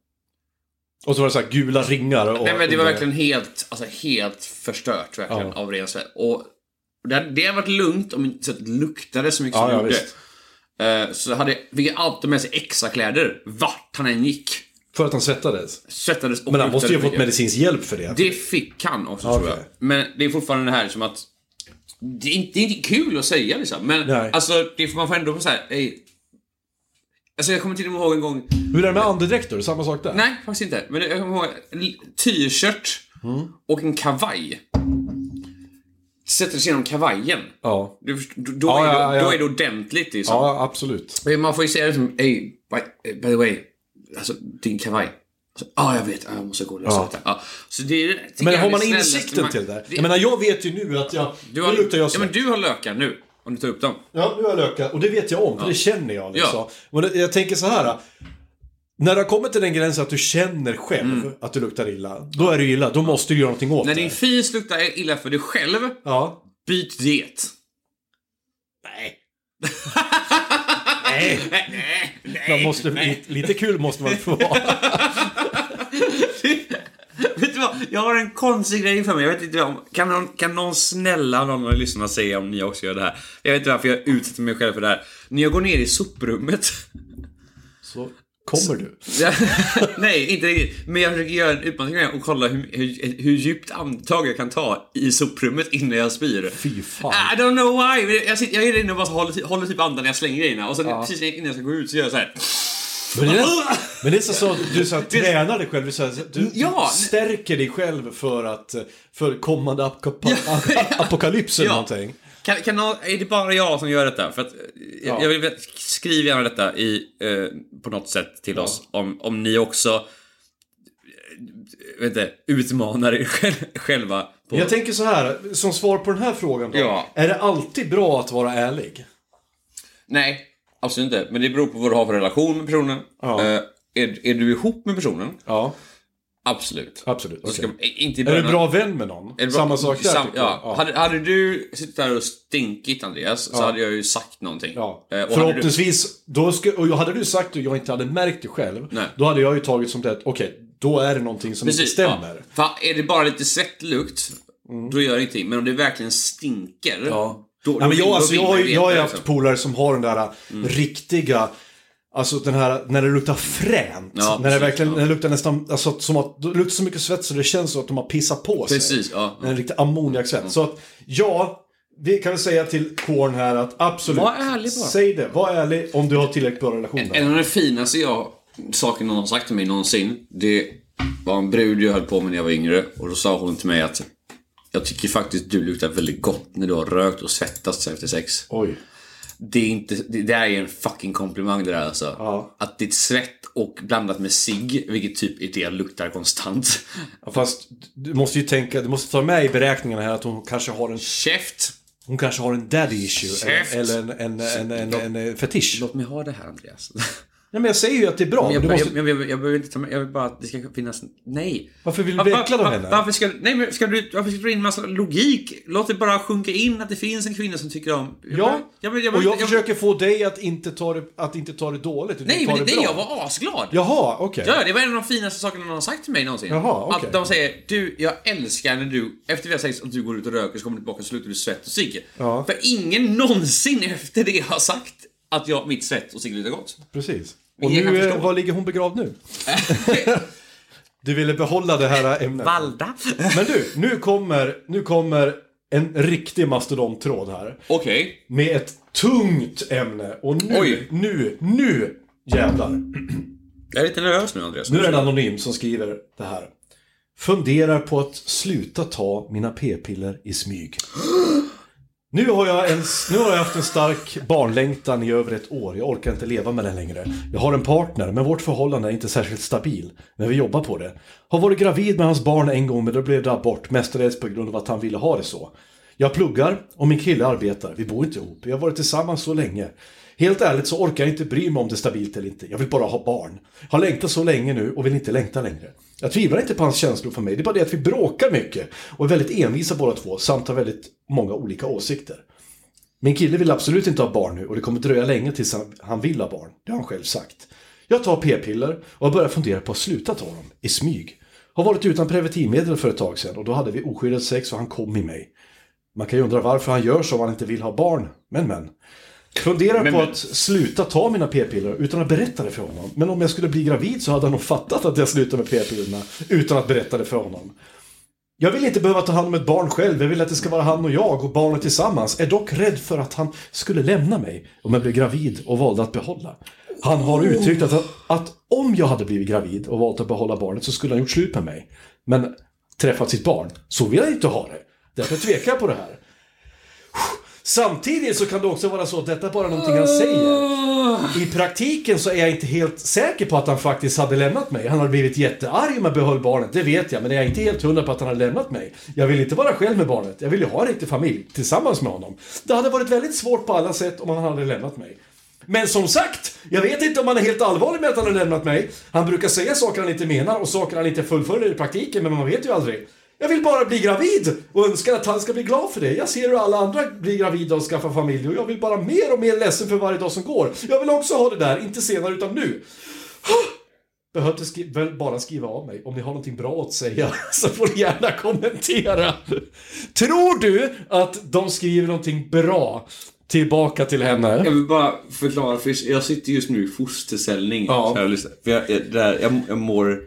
S1: Och så var det så här gula ringar. Och,
S2: Nej men det var verkligen helt, alltså helt förstört verkligen
S1: Ja.
S2: av ren svett. Och det hade, det hade varit lugnt om inte så att det luktade så mycket
S1: Ja,
S2: som
S1: ja,
S2: det gjorde.
S1: visst.
S2: Eh, Så hade, fick jag alltid med sig extra kläder vart han än gick.
S1: För att han svettades.
S2: Svettades och
S1: Men han
S2: luktade
S1: måste ju ha fått
S2: mycket.
S1: medicinsk hjälp för det.
S2: Det fick han också
S1: Okej.
S2: tror jag. Men det är fortfarande det här som att det är inte, det är inte kul att säga liksom. Men
S1: Nej.
S2: alltså, det får man får ändå så här, ej. Alltså jag kommer till och med ihåg en gång
S1: Hur är det med andedräkt då? Är det Samma sak där?
S2: Nej, faktiskt inte. Men jag kommer ihåg en l- t-shirt och en kavaj. Sätter sig genom kavajen.
S1: Ja.
S2: Du, först- då, då,
S1: Ja,
S2: är,
S1: ja,
S2: det- då
S1: ja.
S2: är det ordentligt liksom.
S1: Ja, absolut.
S2: Men Man får ju säga det som, hey, by, by the way, alltså din kavaj. Ja, alltså, ah, jag vet. Ah, jag måste gå och lösa
S1: Ja.
S2: detta. Ja. Så det är, tycker
S1: Men
S2: jag
S1: har
S2: är
S1: man
S2: det snällaste
S1: insikten
S2: man-
S1: till det?
S2: Det-
S1: Jag menar, jag vet ju nu att jag...
S2: Du har,
S1: nu luktar jag
S2: ja,
S1: svett.
S2: men du har lökar nu, om du tar upp dem.
S1: Ja, nu har jag lökat och det vet jag om, för det känner jag. Liksom.
S2: Ja.
S1: Men det- jag tänker så här. När det har kommit till den gränsen att du känner själv
S2: Mm.
S1: att du luktar illa, då är det ju illa. Då måste du göra någonting åt
S2: När
S1: det.
S2: din fis luktar illa för dig själv,
S1: Ja.
S2: byt diet.
S1: Nej. Nej.
S2: Nej,
S1: Man
S2: nej.
S1: måste, lite, lite kul måste man få vara.
S2: Vet du vad? Jag har en konstig grej för mig. Jag vet inte om, kan, någon, kan någon snälla någon av lyssnarna säga om ni också gör det här? Jag vet inte varför jag utsätter mig själv för det här. När jag går ner i soprummet.
S1: Så kommer du.
S2: Nej, inte riktigt. Men jag försöker göra en utmaning och kolla hur, hur, hur djupt andetag jag kan ta i soprummet innan jag spyr.
S1: Fy fan.
S2: I don't know why. men Jag, sitter, jag är inne och bara håller, håller typ andan när jag slänger grejerna. Och sen precis innan jag ska gå ut så gör jag så här.
S1: Men det, är- men det är så, så att du så här, tränar dig själv, så här, du
S2: Ja.
S1: stärker dig själv för att för kommande apokap- apokalyps eller
S2: Ja.
S1: någonting.
S2: Kan, kan någon, är det bara jag som gör detta? För att, eh, jag, jag vill, veta- skriv gärna detta i, eh, på något sätt till oss om, om ni också eh, vet inte, utmanar er själ- själva. På,
S1: Jag tänker så här, som svar på den här frågan då.
S2: Ja.
S1: Är det alltid bra att vara ärlig?
S2: Nej, absolut inte. Men det beror på vad du har för relation med personen.
S1: Ja.
S2: Eh, är, är du ihop med personen?
S1: Ja.
S2: Absolut.
S1: Absolut.
S2: Så ska
S1: okej.
S2: man, i- inte i
S1: Är du
S2: början-
S1: en bra vän med någon?
S2: Är det bra-
S1: Samma sak där? typ?
S2: sam-
S1: tycker jag.
S2: ja. Hade, hade du suttit där och stinkit, Andreas, så hade jag ju sagt någonting.
S1: Ja.
S2: Eh, och hade du,
S1: Förhoppningsvis, då ska, och hade du sagt det och jag inte hade märkt det själv,
S2: Nej.
S1: då hade jag ju tagit som det att okej, då är det någonting som inte
S2: precis,
S1: stämmer. Mm.
S2: Ja. För är det bara lite svettlukt, då gör det ingenting. Men om det verkligen stinker,
S1: Ja.
S2: då, då
S1: Nej, men
S2: vill-
S1: jag,
S2: då
S1: alltså,
S2: vill
S1: jag,
S2: man
S1: har,
S2: ju
S1: ju-
S2: veta
S1: jag har ju
S2: det,
S1: haft
S2: liksom. Mm.
S1: polare som har den där äh, riktiga, alltså den här när det luktar fränt.
S2: Ja,
S1: när det
S2: precis,
S1: verkligen
S2: ja.
S1: när det luktar nästan, alltså att- som att det luktar så mycket svett så det känns som att de har pissat på sig.
S2: Precis, ja.
S1: En riktig ammoniaksvett. Så att, ja, det kan vi säga till Korn här att absolut.
S2: Var ärlig bara.
S1: Säg det, var ärlig om du har tillräckligt bra relation.
S2: En
S1: Där.
S2: av de finaste jag, saken någon har sagt till mig någonsin, det var en brud jag höll på med när jag var yngre. Och då sa hon till mig att jag tycker faktiskt du luktar väldigt gott när du har rökt och svettats efter sex.
S1: Oj.
S2: Det, är inte, det där är en fucking komplimang det där alltså. Att ditt svett och blandat med cigg, vilket typ är det luktar konstant.
S1: Ja, Fast du måste ju tänka, du måste ta med i beräkningarna här att hon kanske har en,
S2: Käft!
S1: hon kanske har en daddy issue.
S2: Käft!
S1: Eller, eller en, en, en, en, en, en fetisch.
S2: Låt mig ha det här Andreas.
S1: Nej men jag säger ju att det är bra.
S2: Men
S1: men
S2: jag,
S1: du måste...
S2: jag, jag, jag, jag behöver inte ta med, jag vill bara att det ska finnas... Nej.
S1: Varför vill du
S2: Va-
S1: bli
S2: va-
S1: äcklad av
S2: va-
S1: henne?
S2: Varför ska, nej, men ska du, varför ska du dra in massa logik? Låt det bara sjunka in att det finns en kvinna som tycker om... Jag
S1: Ja,
S2: behöver- jag, behöver- jag,
S1: och
S2: behöver
S1: jag
S2: inte- jag,
S1: försöker få dig att inte ta det, att inte ta det dåligt, utan
S2: Nej,
S1: ta
S2: men det,
S1: det
S2: nej,
S1: bra.
S2: jag var asglad.
S1: Jaha, okej.
S2: Ja, det var en av de finaste sakerna någon har sagt till mig någonsin.
S1: Jaha, okej.
S2: Att de säger du, jag älskar när du, efter vi har sex, att du går ut och röker så kommer du tillbaka och slutar du svett och cigg.
S1: Ja.
S2: För ingen någonsin efter det har sagt att jag, mitt svett och cigg luktar gott.
S1: Precis. Och
S2: Jag kan
S1: nu, eh,
S2: förstå.
S1: var ligger hon begravd nu? Du ville behålla det här ämnet.
S2: Valda.
S1: Men du, nu kommer, nu kommer en riktig mastodonttråd här.
S2: Okej.
S1: Med ett tungt ämne. Och nu,
S2: Oj.
S1: nu, nu jävlar.
S2: Jag är lite nervös nu Andreas.
S1: Nu är det en anonym som skriver det här. Funderar på att sluta ta mina p-piller i smyg. Nu har, jag en, nu har jag haft en stark barnlängtan i över ett år. Jag orkar inte leva med den längre. Jag har en partner, men vårt förhållande är inte särskilt stabil. Men vi jobbar på det. Har varit gravid med hans barn en gång, men då blev det abort. Mestadels på grund av att han ville ha det så. Jag pluggar och min kille arbetar. Vi bor inte ihop. Vi har varit tillsammans så länge. Helt ärligt så orkar jag inte bry mig om det är stabilt eller inte. Jag vill bara ha barn. Har längtat så länge nu och vill inte längta längre. Jag tvivlar inte på hans känslor för mig. Det är bara det att vi bråkar mycket och är väldigt envisa båda två samt har väldigt många olika åsikter. Min kille vill absolut inte ha barn nu och det kommer dröja länge tills han, han vill ha barn. Det har han själv sagt. Jag tar p-piller och har börjat fundera på att sluta ta dem, i smyg. Har varit utan preventivmedel för ett tag sedan och då hade vi oskyddat sex och han kom i mig. Man kan ju undra varför han gör så om han inte vill ha barn. Men men. Funderar på att sluta ta mina p-piller utan att berätta det för honom. Men om jag skulle bli gravid så hade han nog fattat att jag slutade med p-pillerna utan att berätta det för honom. Jag vill inte behöva ta hand om ett barn själv, jag vill att det ska vara han och jag och barnet tillsammans. Är dock rädd för att han skulle lämna mig om jag blev gravid och valde att behålla. Han har uttryckt att, att om jag hade blivit gravid och valt att behålla barnet så skulle han gjort slut med mig. Men träffat sitt barn, så vill han inte ha det. Därför tvekar jag på det här. Samtidigt så kan det också vara så att detta är bara någonting han säger. I praktiken så är jag inte helt säker på att han faktiskt hade lämnat mig. Han hade blivit jättearg om jag behöll barnet, det vet jag. Men jag är inte helt hundra på att han hade lämnat mig. Jag vill inte vara själv med barnet. Jag vill ju ha en riktig familj tillsammans med honom. Det hade varit väldigt svårt på alla sätt om han hade lämnat mig. Men som sagt, jag vet inte om han är helt allvarlig med att han har lämnat mig. Han brukar säga saker han inte menar och saker han inte fullföljer i praktiken, men man vet ju aldrig. Jag vill bara bli gravid och önskar att han ska bli glad för det. Jag ser hur alla andra blir gravida och skaffar familj och jag vill bara mer och mer ledsen för varje dag som går. Jag vill också ha det där, inte senare utan nu. Behövde skri- väl bara skriva av mig. Om ni har någonting bra att säga så får ni gärna kommentera. Tror du att de skriver någonting bra tillbaka till henne?
S2: Jag vill bara förklara, för jag sitter just nu i fosterställning.
S1: Ja.
S2: Så jag, lyssnar. För jag, jag, det här- jag, jag mår...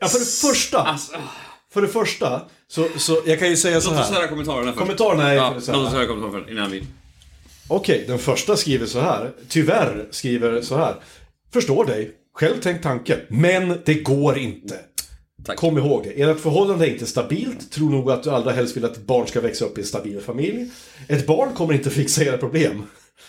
S1: Ja, för det första,
S2: Alltså,
S1: för det första så, så jag kan ju säga så
S2: låt oss
S1: här.
S2: höra kommentarerna först.
S1: Kommentarerna är-
S2: ja, Låt oss höra kommentarerna först, innan vi...
S1: Okej, den första skriver så här. Tyvärr skriver så här. Förstår dig. Själv tänkt tanken. Men det går inte.
S2: Tack.
S1: Kom ihåg det. Ert förhållande är inte stabilt. Tror nog att du allra helst vill att ett barn ska växa upp i en stabil familj. Ett barn kommer inte fixa era problem.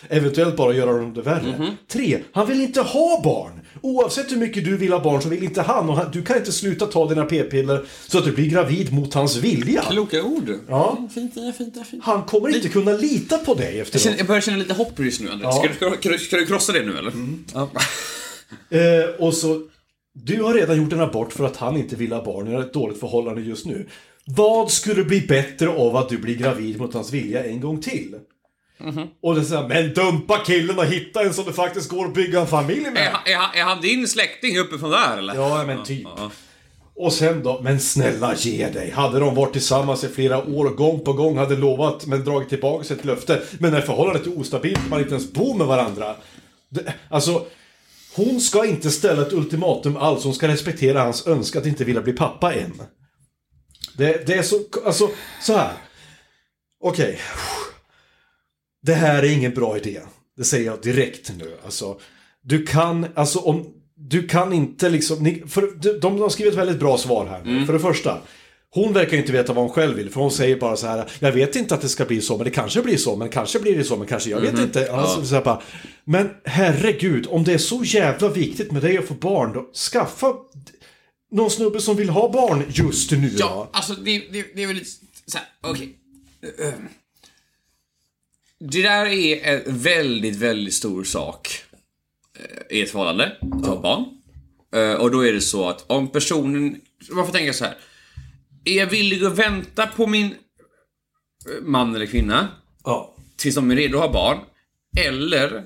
S1: Eventuellt bara göra dem det värre.
S2: Mhm.
S1: Tre, han vill inte ha barn. Oavsett hur mycket du vill ha barn så vill inte han och han, du kan inte sluta ta dina p-piller så att du blir gravid mot hans vilja.
S2: Kloka ord.
S1: Ja.
S2: Fint, fint, fint. fint.
S1: Han kommer inte kunna lita på dig
S2: Jag,
S1: efteråt.
S2: känner, jag börjar känna lite hopprys nu Andreas.
S1: Ja. Mm.
S2: Ska, du, ska, du, ska du krossa det nu eller? Ja.
S1: Eh, och så Du har redan gjort en abort för att han inte vill ha barn, ni har ett dåligt förhållande just nu. Vad skulle bli bättre av att du blir gravid mot hans vilja en gång till? Och det är såhär, men dumpa killen och hitta en som det faktiskt går att bygga en familj med.
S2: Är, han- är, han- är han din släkting uppifrån där eller?
S1: Ja, men typ. Och sen då, men snälla ge dig. Hade de varit tillsammans i flera år och gång på gång hade lovat men dragit tillbaka sitt löfte. Men när förhållandet är ostabilt man inte ens bor med varandra. Det, alltså, hon ska inte ställa ett ultimatum alls. Hon ska respektera hans önskan att inte vilja bli pappa än. Det, det är så, alltså, så här. Okej. Det här är ingen bra idé. Det säger jag direkt nu. Alltså, du kan, alltså om, du kan inte liksom, ni, för, de, de har skrivit väldigt bra svar här. nu. För det första, hon verkar inte veta vad hon själv vill, för hon säger bara så här, jag vet inte att det ska bli så, men det kanske blir så, men kanske blir det så, men kanske, jag vet inte. Alltså, så här, bara, men herregud, om det är så jävla viktigt med dig att få barn, då skaffa någon snubbe som vill ha barn just nu.
S2: Ja, alltså det, det, det är väl lite såhär, okej. Ehm. Det där är en väldigt, väldigt stor sak eh, i ett förhållande, att ha barn. Eh, Och då är det så att om personen, man får tänka så här. Är jag villig att vänta på min eh, man eller kvinna
S1: Ja.
S2: tills de är redo att ha barn? Eller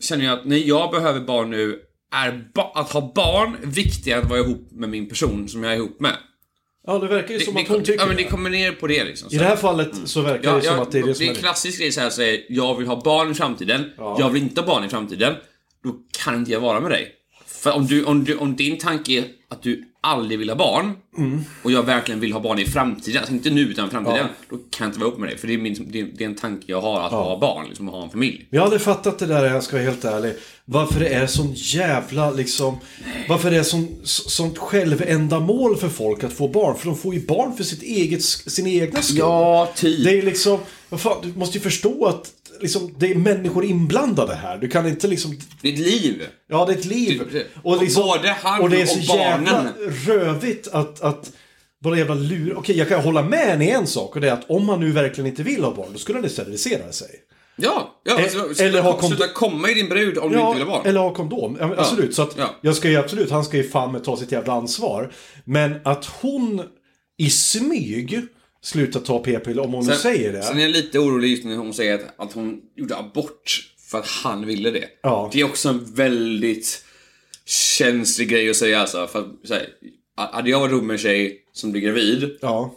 S2: känner jag att nej, jag behöver barn nu, är ba- att ha barn viktigare än att vara ihop med min person som jag är ihop med?
S1: Ja, det verkar ju som att
S2: det,
S1: hon tycker
S2: ja, men det
S1: det.
S2: kommer ner på det liksom.
S1: I det här fallet så verkar
S2: ja,
S1: det som
S2: ja,
S1: att det är det som är
S2: en klassisk grej såhär, så här, jag vill ha barn i framtiden, jag vill inte ha barn i framtiden. Då kan inte jag vara med dig. För om, du, om, du, om din tanke är att du aldrig vill ha barn,
S1: Mm.
S2: och jag verkligen vill ha barn i framtiden, alltså inte nu utan i framtiden, då kan jag inte vara ihop med dig. För det är, min, det är, det är en tanke jag har att ha barn, liksom att ha en familj.
S1: Jag hade fattat det där, jag ska vara helt ärlig. Varför det är sån jävla liksom... Varför det är sån, så- sånt självändamål för folk att få barn. För de får ju barn för sitt eget, sin egna skull.
S2: typ.
S1: Det är liksom... Vad fan, du måste ju förstå att liksom, det är människor inblandade här. Du kan inte liksom...
S2: Ditt liv.
S1: Ja, det är ett liv.
S2: Det- Typ, både han
S1: och det är
S2: och
S1: så jävla
S2: barnen.
S1: rövigt att... att bara jävla lur. Okej, jag kan hålla med en i en sak och det är att om man nu verkligen inte vill ha barn, då skulle han ju sterilisera sig.
S2: Ja, ja
S1: Eh,
S2: alltså, sluta,
S1: eller ha kond-
S2: sluta komma i din brud om du inte vill ha barn.
S1: eller ha kondom. Ja, men Absolut, så att
S2: Ja.
S1: jag ska ju absolut, han ska ju fan med ta sitt jävla ansvar. Men att hon i smyg slutar ta p-piller, om hon nu säger det.
S2: Sen är jag lite orolig just när hon säger att, att hon gjorde abort för att han ville det.
S1: Ja.
S2: Det är också en väldigt känslig grej att säga alltså. För att, så här, hade jag varit ihop med en tjej som blir gravid.
S1: Ja.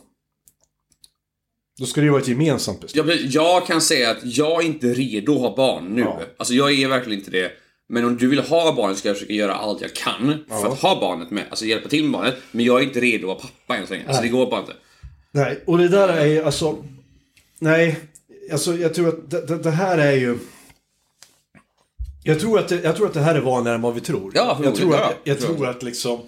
S1: Då ska det ju vara ett gemensamt beslut.
S2: Jag, blir- jag kan säga att jag är inte redo att ha barn nu. Alltså jag är verkligen inte det. Men om du vill ha barn ska jag försöka göra allt jag kan för att ha barnet med. Alltså hjälpa till med barnet. Men jag är inte redo att vara pappa än så länge. Alltså det går bara inte.
S1: Nej, och det där är ju alltså... Nej, alltså jag tror att det, det, det här är ju... Jag tror, att det, jag tror att det här är vanligare än vad vi tror.
S2: Ja,
S1: jag
S2: förmodligen,
S1: tror att,
S2: ja.
S1: jag,
S2: Tror jag.
S1: tror att liksom...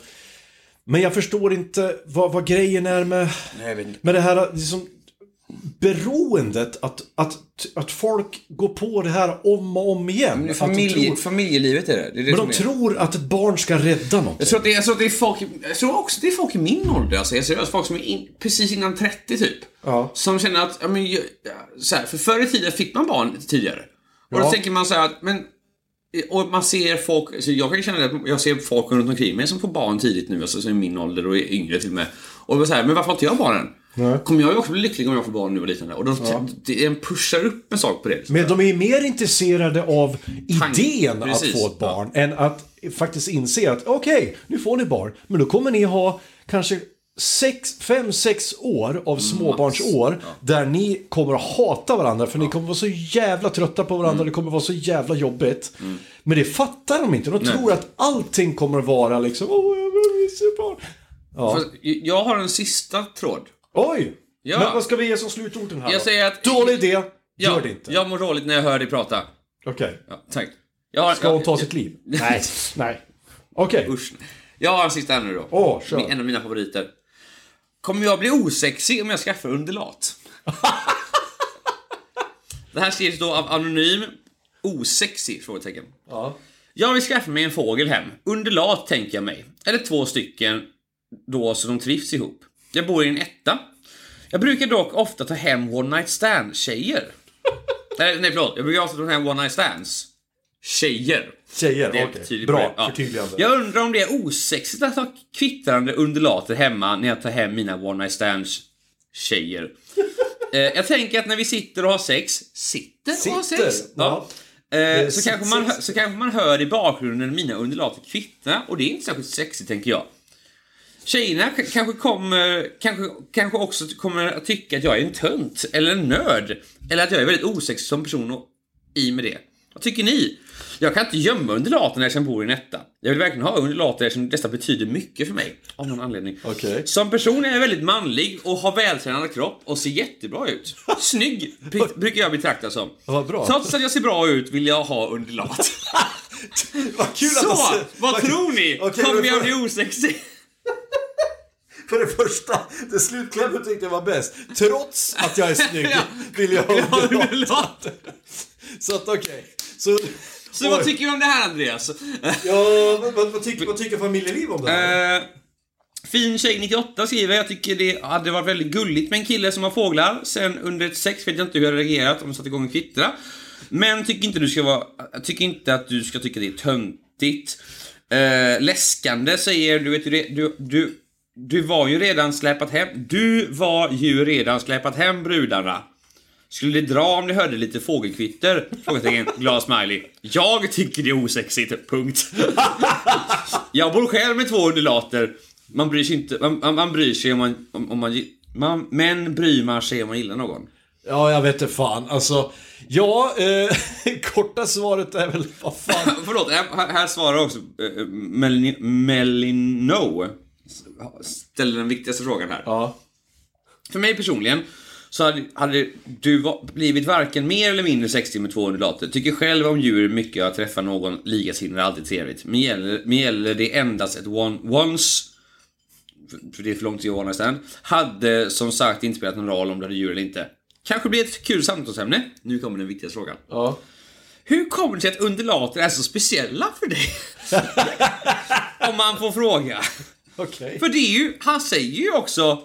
S1: Men jag förstår inte vad, vad grejen är med...
S2: Nej, jag vet inte.
S1: Men det här liksom, beroendet att, att, att folk går på det här om och om igen.
S2: Det är
S1: att de
S2: familje-
S1: tror,
S2: Familjelivet är det. det, är det
S1: men
S2: som
S1: de
S2: är.
S1: tror att ett barn ska rädda något.
S2: Jag tror, att det, jag, tror att det är folk, jag tror också att det är folk i min ålder, alltså, jag ser folk som är in, precis innan 30 typ.
S1: Ja.
S2: Som känner att, ja, men, ju- ja, så här, för förr i tiden fick man barn lite tidigare. Och
S1: Ja.
S2: då tänker man så här att, men, och man ser folk, så jag kan ju känna det, jag ser folk runt omkring mig som får barn tidigt nu, alltså som är min ålder och är yngre till och med. Och jag så här, men varför har inte jag barnen? Kommer jag ju också bli lycklig om jag får barn nu och liknande. Och de, det, en pushar upp en sak på det. liksom.
S1: Men de är ju mer intresserade av
S2: Tanken,
S1: idén
S2: precis.
S1: att få ett barn än att faktiskt inse att okej, nu får ni barn, men då kommer ni ha kanske 5-6 år
S2: Mm,
S1: av småbarnsår där ni kommer att hata varandra för ni kommer vara så jävla trötta på varandra,
S2: Mm.
S1: det kommer vara så jävla jobbigt. Men det fattar de inte, de tror att allting kommer att vara liksom, åh, jag vill se barn.
S2: Fast Jag har en sista tråd.
S1: Oj!
S2: Ja.
S1: Men vad ska vi ge som slutorden här
S2: Jag
S1: då?
S2: säger att-
S1: Dålig idé, gör
S2: Ja,
S1: det inte.
S2: Jag mår dåligt när jag hör dig prata.
S1: Okej.
S2: Ja, tack. Jag har,
S1: Ska hon ta
S2: jag-
S1: sitt liv?
S2: Nej.
S1: Nej. Okej.
S2: Usch. Jag har en sista här nu då.
S1: Åh, kör.
S2: Min- En av mina favoriter. Kommer jag bli osexig om jag skaffar underlat? det här skrivs då av anonym osexig? Frågetecken. Jag vill skaffa mig en fågel hem. Underlat tänker jag mig. Eller två stycken då så de trivs ihop. Jag bor i en etta. Jag brukar dock ofta ta Eh, hem one night stand tjejer. nej, nej förlåt. Jag brukar ofta ta hem one night stands Tjejer.
S1: Tjejer,
S2: Det är ett
S1: okej.
S2: tydligt
S1: Bra,
S2: problem. Ja.
S1: förtydligande.
S2: Jag undrar om det är osexigt att ha kvittrande undulater hemma när jag tar hem mina one night stands tjejer. Eh, jag tänker att när vi sitter och har sex, sitter, och har
S1: Sitter,
S2: sex, ja. Eh, så,
S1: sitt-
S2: kanske man, hö-
S1: sex.
S2: så kanske man hör i bakgrunden mina undulater kvittra och det är inte särskilt sexigt tänker jag. Tjejerna k- kanske, kommer, kanske, kanske också kommer att tycka att jag är en tönt eller en nörd. Eller att jag är väldigt osexig som person och i med det. Vad tycker ni? Jag kan inte gömma undulaterna eftersom jag bor i en etta. Jag vill verkligen ha undulater eftersom dessa betyder mycket för mig. Av någon anledning.
S1: Okej.
S2: Som person är jag väldigt manlig och har vältränad kropp och ser jättebra ut. Snygg br- brukar jag betraktas som.
S1: Vad bra.
S2: Trots att jag ser bra ut vill jag ha undulat.
S1: Vad kul
S2: Så,
S1: att du-
S2: vad
S1: kul-
S2: tror ni?
S1: Okej,
S2: Kommer
S1: men
S2: jag
S1: för-
S2: bli osexig?
S1: För det första, det slutklämmen tyckte jag var bäst. Trots att jag är snygg
S2: Ja.
S1: vill jag
S2: Vill
S1: ha
S2: ha
S1: underlag.
S2: undulat.
S1: Så att okej. Så,
S2: Så vad
S1: Oj.
S2: tycker du om det här Andreas?
S1: Ja, vad, vad, vad, tycker, vad tycker familjeliv om det här?
S2: Eh, fin tjej 98 skriver, jag tycker det hade varit väldigt gulligt med en kille som har fåglar. Sen under ett sex vet jag inte hur jag hade reagerat om jag satte igång och kvittra. Men tycker inte du ska vara, jag tycker inte att du ska tycka det är töntigt. Eh, läskande säger, du vet ju det- du, du, du var ju redan släpat hem, du var ju redan släpat hem brudarna. Skulle det dra om ni hörde lite fågelkvitter? Frågetecken, glad smiley. Jag tycker det är osexigt, punkt. Jag bor själv med två undulater. Man bryr sig inte, man, man, man bryr sig om man, om, om man, gi- man Men bryr man sig om man gillar någon?
S1: Ja, jag vet inte fan. Alltså, ja, eh, korta svaret är väl vad fan.
S2: Förlåt, här, här svarar också eh, Melin- Melino. Ställer den viktigaste frågan här.
S1: Ja.
S2: För mig personligen så hade, hade du va- blivit varken mer eller mindre sexig med två undulater. Tycker själv om djur mycket och att träffa någon likasinnad är alltid trevligt. Men gäller, men gäller det endast ett one, once, för- för det är för långt till one night stand, hade som sagt inte spelat någon roll om du hade djur eller inte. Kanske blir ett kul samtalsämne. Nu kommer den viktigaste frågan.
S1: ja.
S2: Hur kommer det sig att undulater är så speciella för dig? om man får fråga.
S1: Okej.
S2: För det är ju, han säger ju också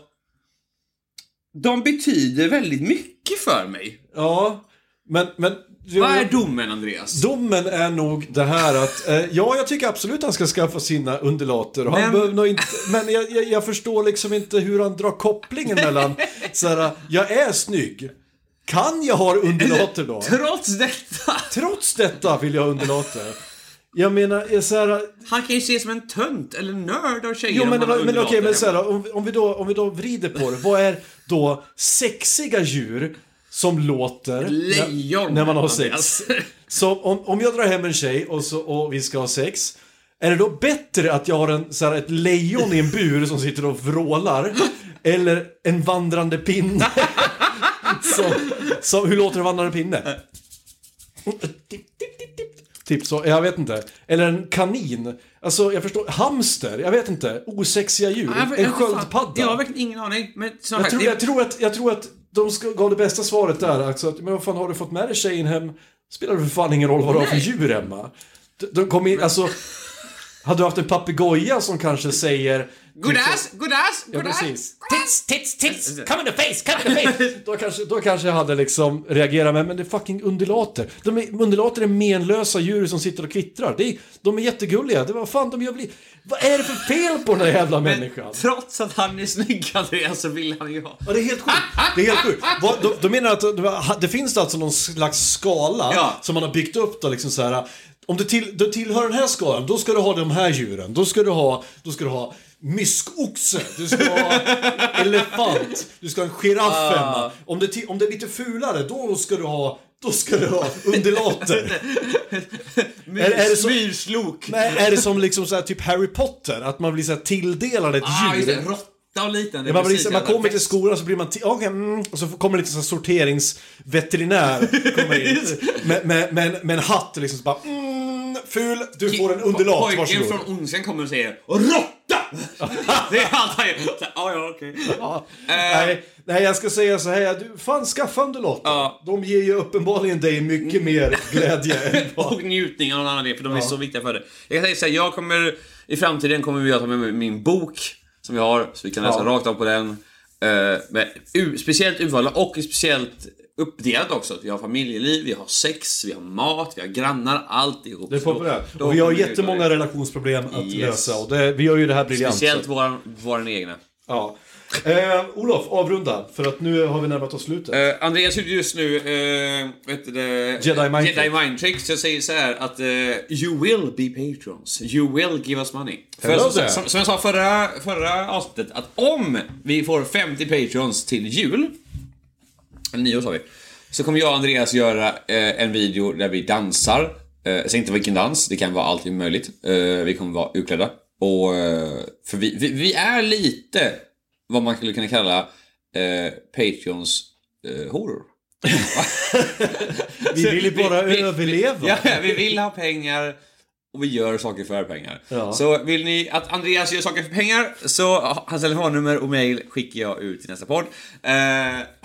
S2: De betyder väldigt mycket för mig.
S1: Ja, men... men
S2: Vad är domen, Andreas?
S1: Domen är nog det här att, eh, ja jag tycker absolut han ska skaffa sina undulater. Och
S2: Men-
S1: Han behöver nog inte, men jag, jag, jag förstår liksom inte hur han drar kopplingen mellan så här, jag är snygg, kan jag ha undulater då?
S2: Trots detta,
S1: Trots detta vill jag ha undulater. Jag menar, jag, så här,
S2: han kan ju ses som en tönt eller nörd av tjejer
S1: jo
S2: om
S1: men,
S2: han har
S1: men, men
S2: undulater
S1: okej, men
S2: hemma.
S1: så här, om, om, vi då, om vi då vrider på det, vad är då sexiga djur som låter när,
S2: Lejon,
S1: när man har
S2: Andreas.
S1: sex? Så om, om jag drar hem en tjej och, så, och vi ska ha sex, är det då bättre att jag har en, så här, ett lejon i en bur som sitter och vrålar? Eller en vandrande pinne? som, som, hur låter en vandrande pinne? Typ så, jag vet inte. Eller en kanin. Alltså jag förstår, hamster, jag vet inte. Osexiga djur.
S2: Jag vet- jag
S1: en
S2: vet fan.
S1: sköldpadda.
S2: Jag har verkligen ingen aning. Men som
S1: Jag
S2: sagt,
S1: tror,
S2: det-
S1: jag, tror att, jag tror att de ska, gav det bästa svaret där. Alltså att, men vad fan, har du fått med dig tjejen hem? Spelar det för fan ingen roll vad du har för djur hemma? De, de kom in, alltså... Hade du haft en papegoja som kanske säger...
S2: Godass, godass,
S1: Ja,
S2: godass!
S1: precis. Tits, tits, tits!
S2: Alltså-
S1: Come in the face, come in the face! då, kanske, då kanske jag hade liksom reagerat med, men det är fucking undulater. De är, undulater är menlösa djur som sitter och kvittrar. Det är, de är jättegulliga. Det var fan, de gör bli... Vad är det för fel på den här jävla människan?
S2: Trots att han är snygg, Andreas, så vill han ju ha...
S1: Ja, det är helt sjukt. Det är helt sjukt. Vad, de, de menar att det, det finns alltså någon slags skala
S2: Ja.
S1: som man har byggt upp då liksom så här. Om du, till, du tillhör den här skalan, då ska du ha de här djuren. Då ska du ha, då ska du ha myskoxe, du ska ha elefant, du ska ha en giraff hemma.
S2: Ah.
S1: Om det, till- om det är lite fulare, då ska du ha, då ska du ha undulater.
S2: Myrs,
S1: är det så-
S2: Myrslok!
S1: Men är det som liksom så här, typ Harry Potter, att man blir så här tilldelad ett
S2: Ah, just
S1: djur?
S2: det. Råtta och liknande.
S1: Ja, man, blir,
S2: precis,
S1: man
S2: jävla
S1: kommer till
S2: växt.
S1: skolan så blir man ti- okay, mm, och så kommer lite så här sorteringsveterinär komma in med, med, med, en- med en hatt och liksom så bara mm, ful, du får en undulat,
S2: Pojken
S1: varsågod.
S2: från Ondskan kommer och säger råtta! det är allt han gör. Så här, Ja, ja, okej.
S1: Ja. Nej, nej, jag ska säga så här, du, fan skaffa undulater.
S2: Ja. Mm.
S1: De ger ju uppenbarligen dig mycket mer glädje än vad...
S2: Och njutning av någon annan del, för de är så viktiga för det. Jag kan säga så här, jag kommer... I framtiden kommer jag ta med mig min bok som jag har, så vi kan läsa
S1: Ja.
S2: rakt av på den. Eh, med u- speciellt urvalda och speciellt uppdelat också. Vi har familjeliv, vi har sex, vi har mat, vi har grannar, alltihop.
S1: Det är
S2: Så
S1: populärt.
S2: då-
S1: Och vi har
S2: då-
S1: jättemånga relationsproblem att
S2: Yes.
S1: lösa. Och det, vi gör ju det här briljant.
S2: Speciellt våran, våran egna.
S1: Ja. Eh, Olof, avrunda. För att nu har vi närmat oss slutet.
S2: Eh, Andreas gjorde just nu, eh, vet du det,
S1: Jedi Mind
S2: Jedi
S1: Trick.
S2: Mind Trick, så jag säger så här att eh, You will be patrons, you will give us money. För
S1: Hello
S2: som,
S1: there.
S2: som, som jag sa förra, förra avsnittet, att om vi får 50 patrons till jul, eller nyår sa vi, så kommer jag och Andreas göra eh, en video där vi dansar. Eh, jag säger inte vilken dans, det kan vara allt möjligt. Eh, vi kommer vara utklädda. Och, eh, för vi, vi, vi är lite vad man skulle kunna kalla eh, Patreons eh, horor.
S1: vi vill ju bara
S2: vi- vi-
S1: överleva.
S2: Ja, vi vill ha pengar och vi gör saker för pengar.
S1: Ja.
S2: Så vill ni att Andreas gör saker för pengar så ha- hans telefonnummer och mail skickar jag ut i nästa podd. Eh,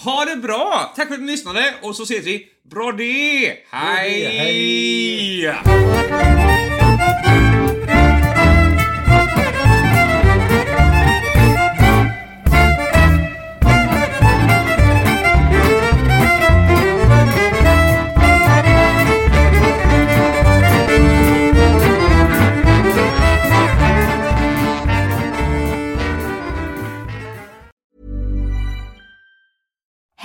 S2: ha det bra! Tack för att ni lyssnade och så ses vi. Bra det! Hej!
S1: det, hej.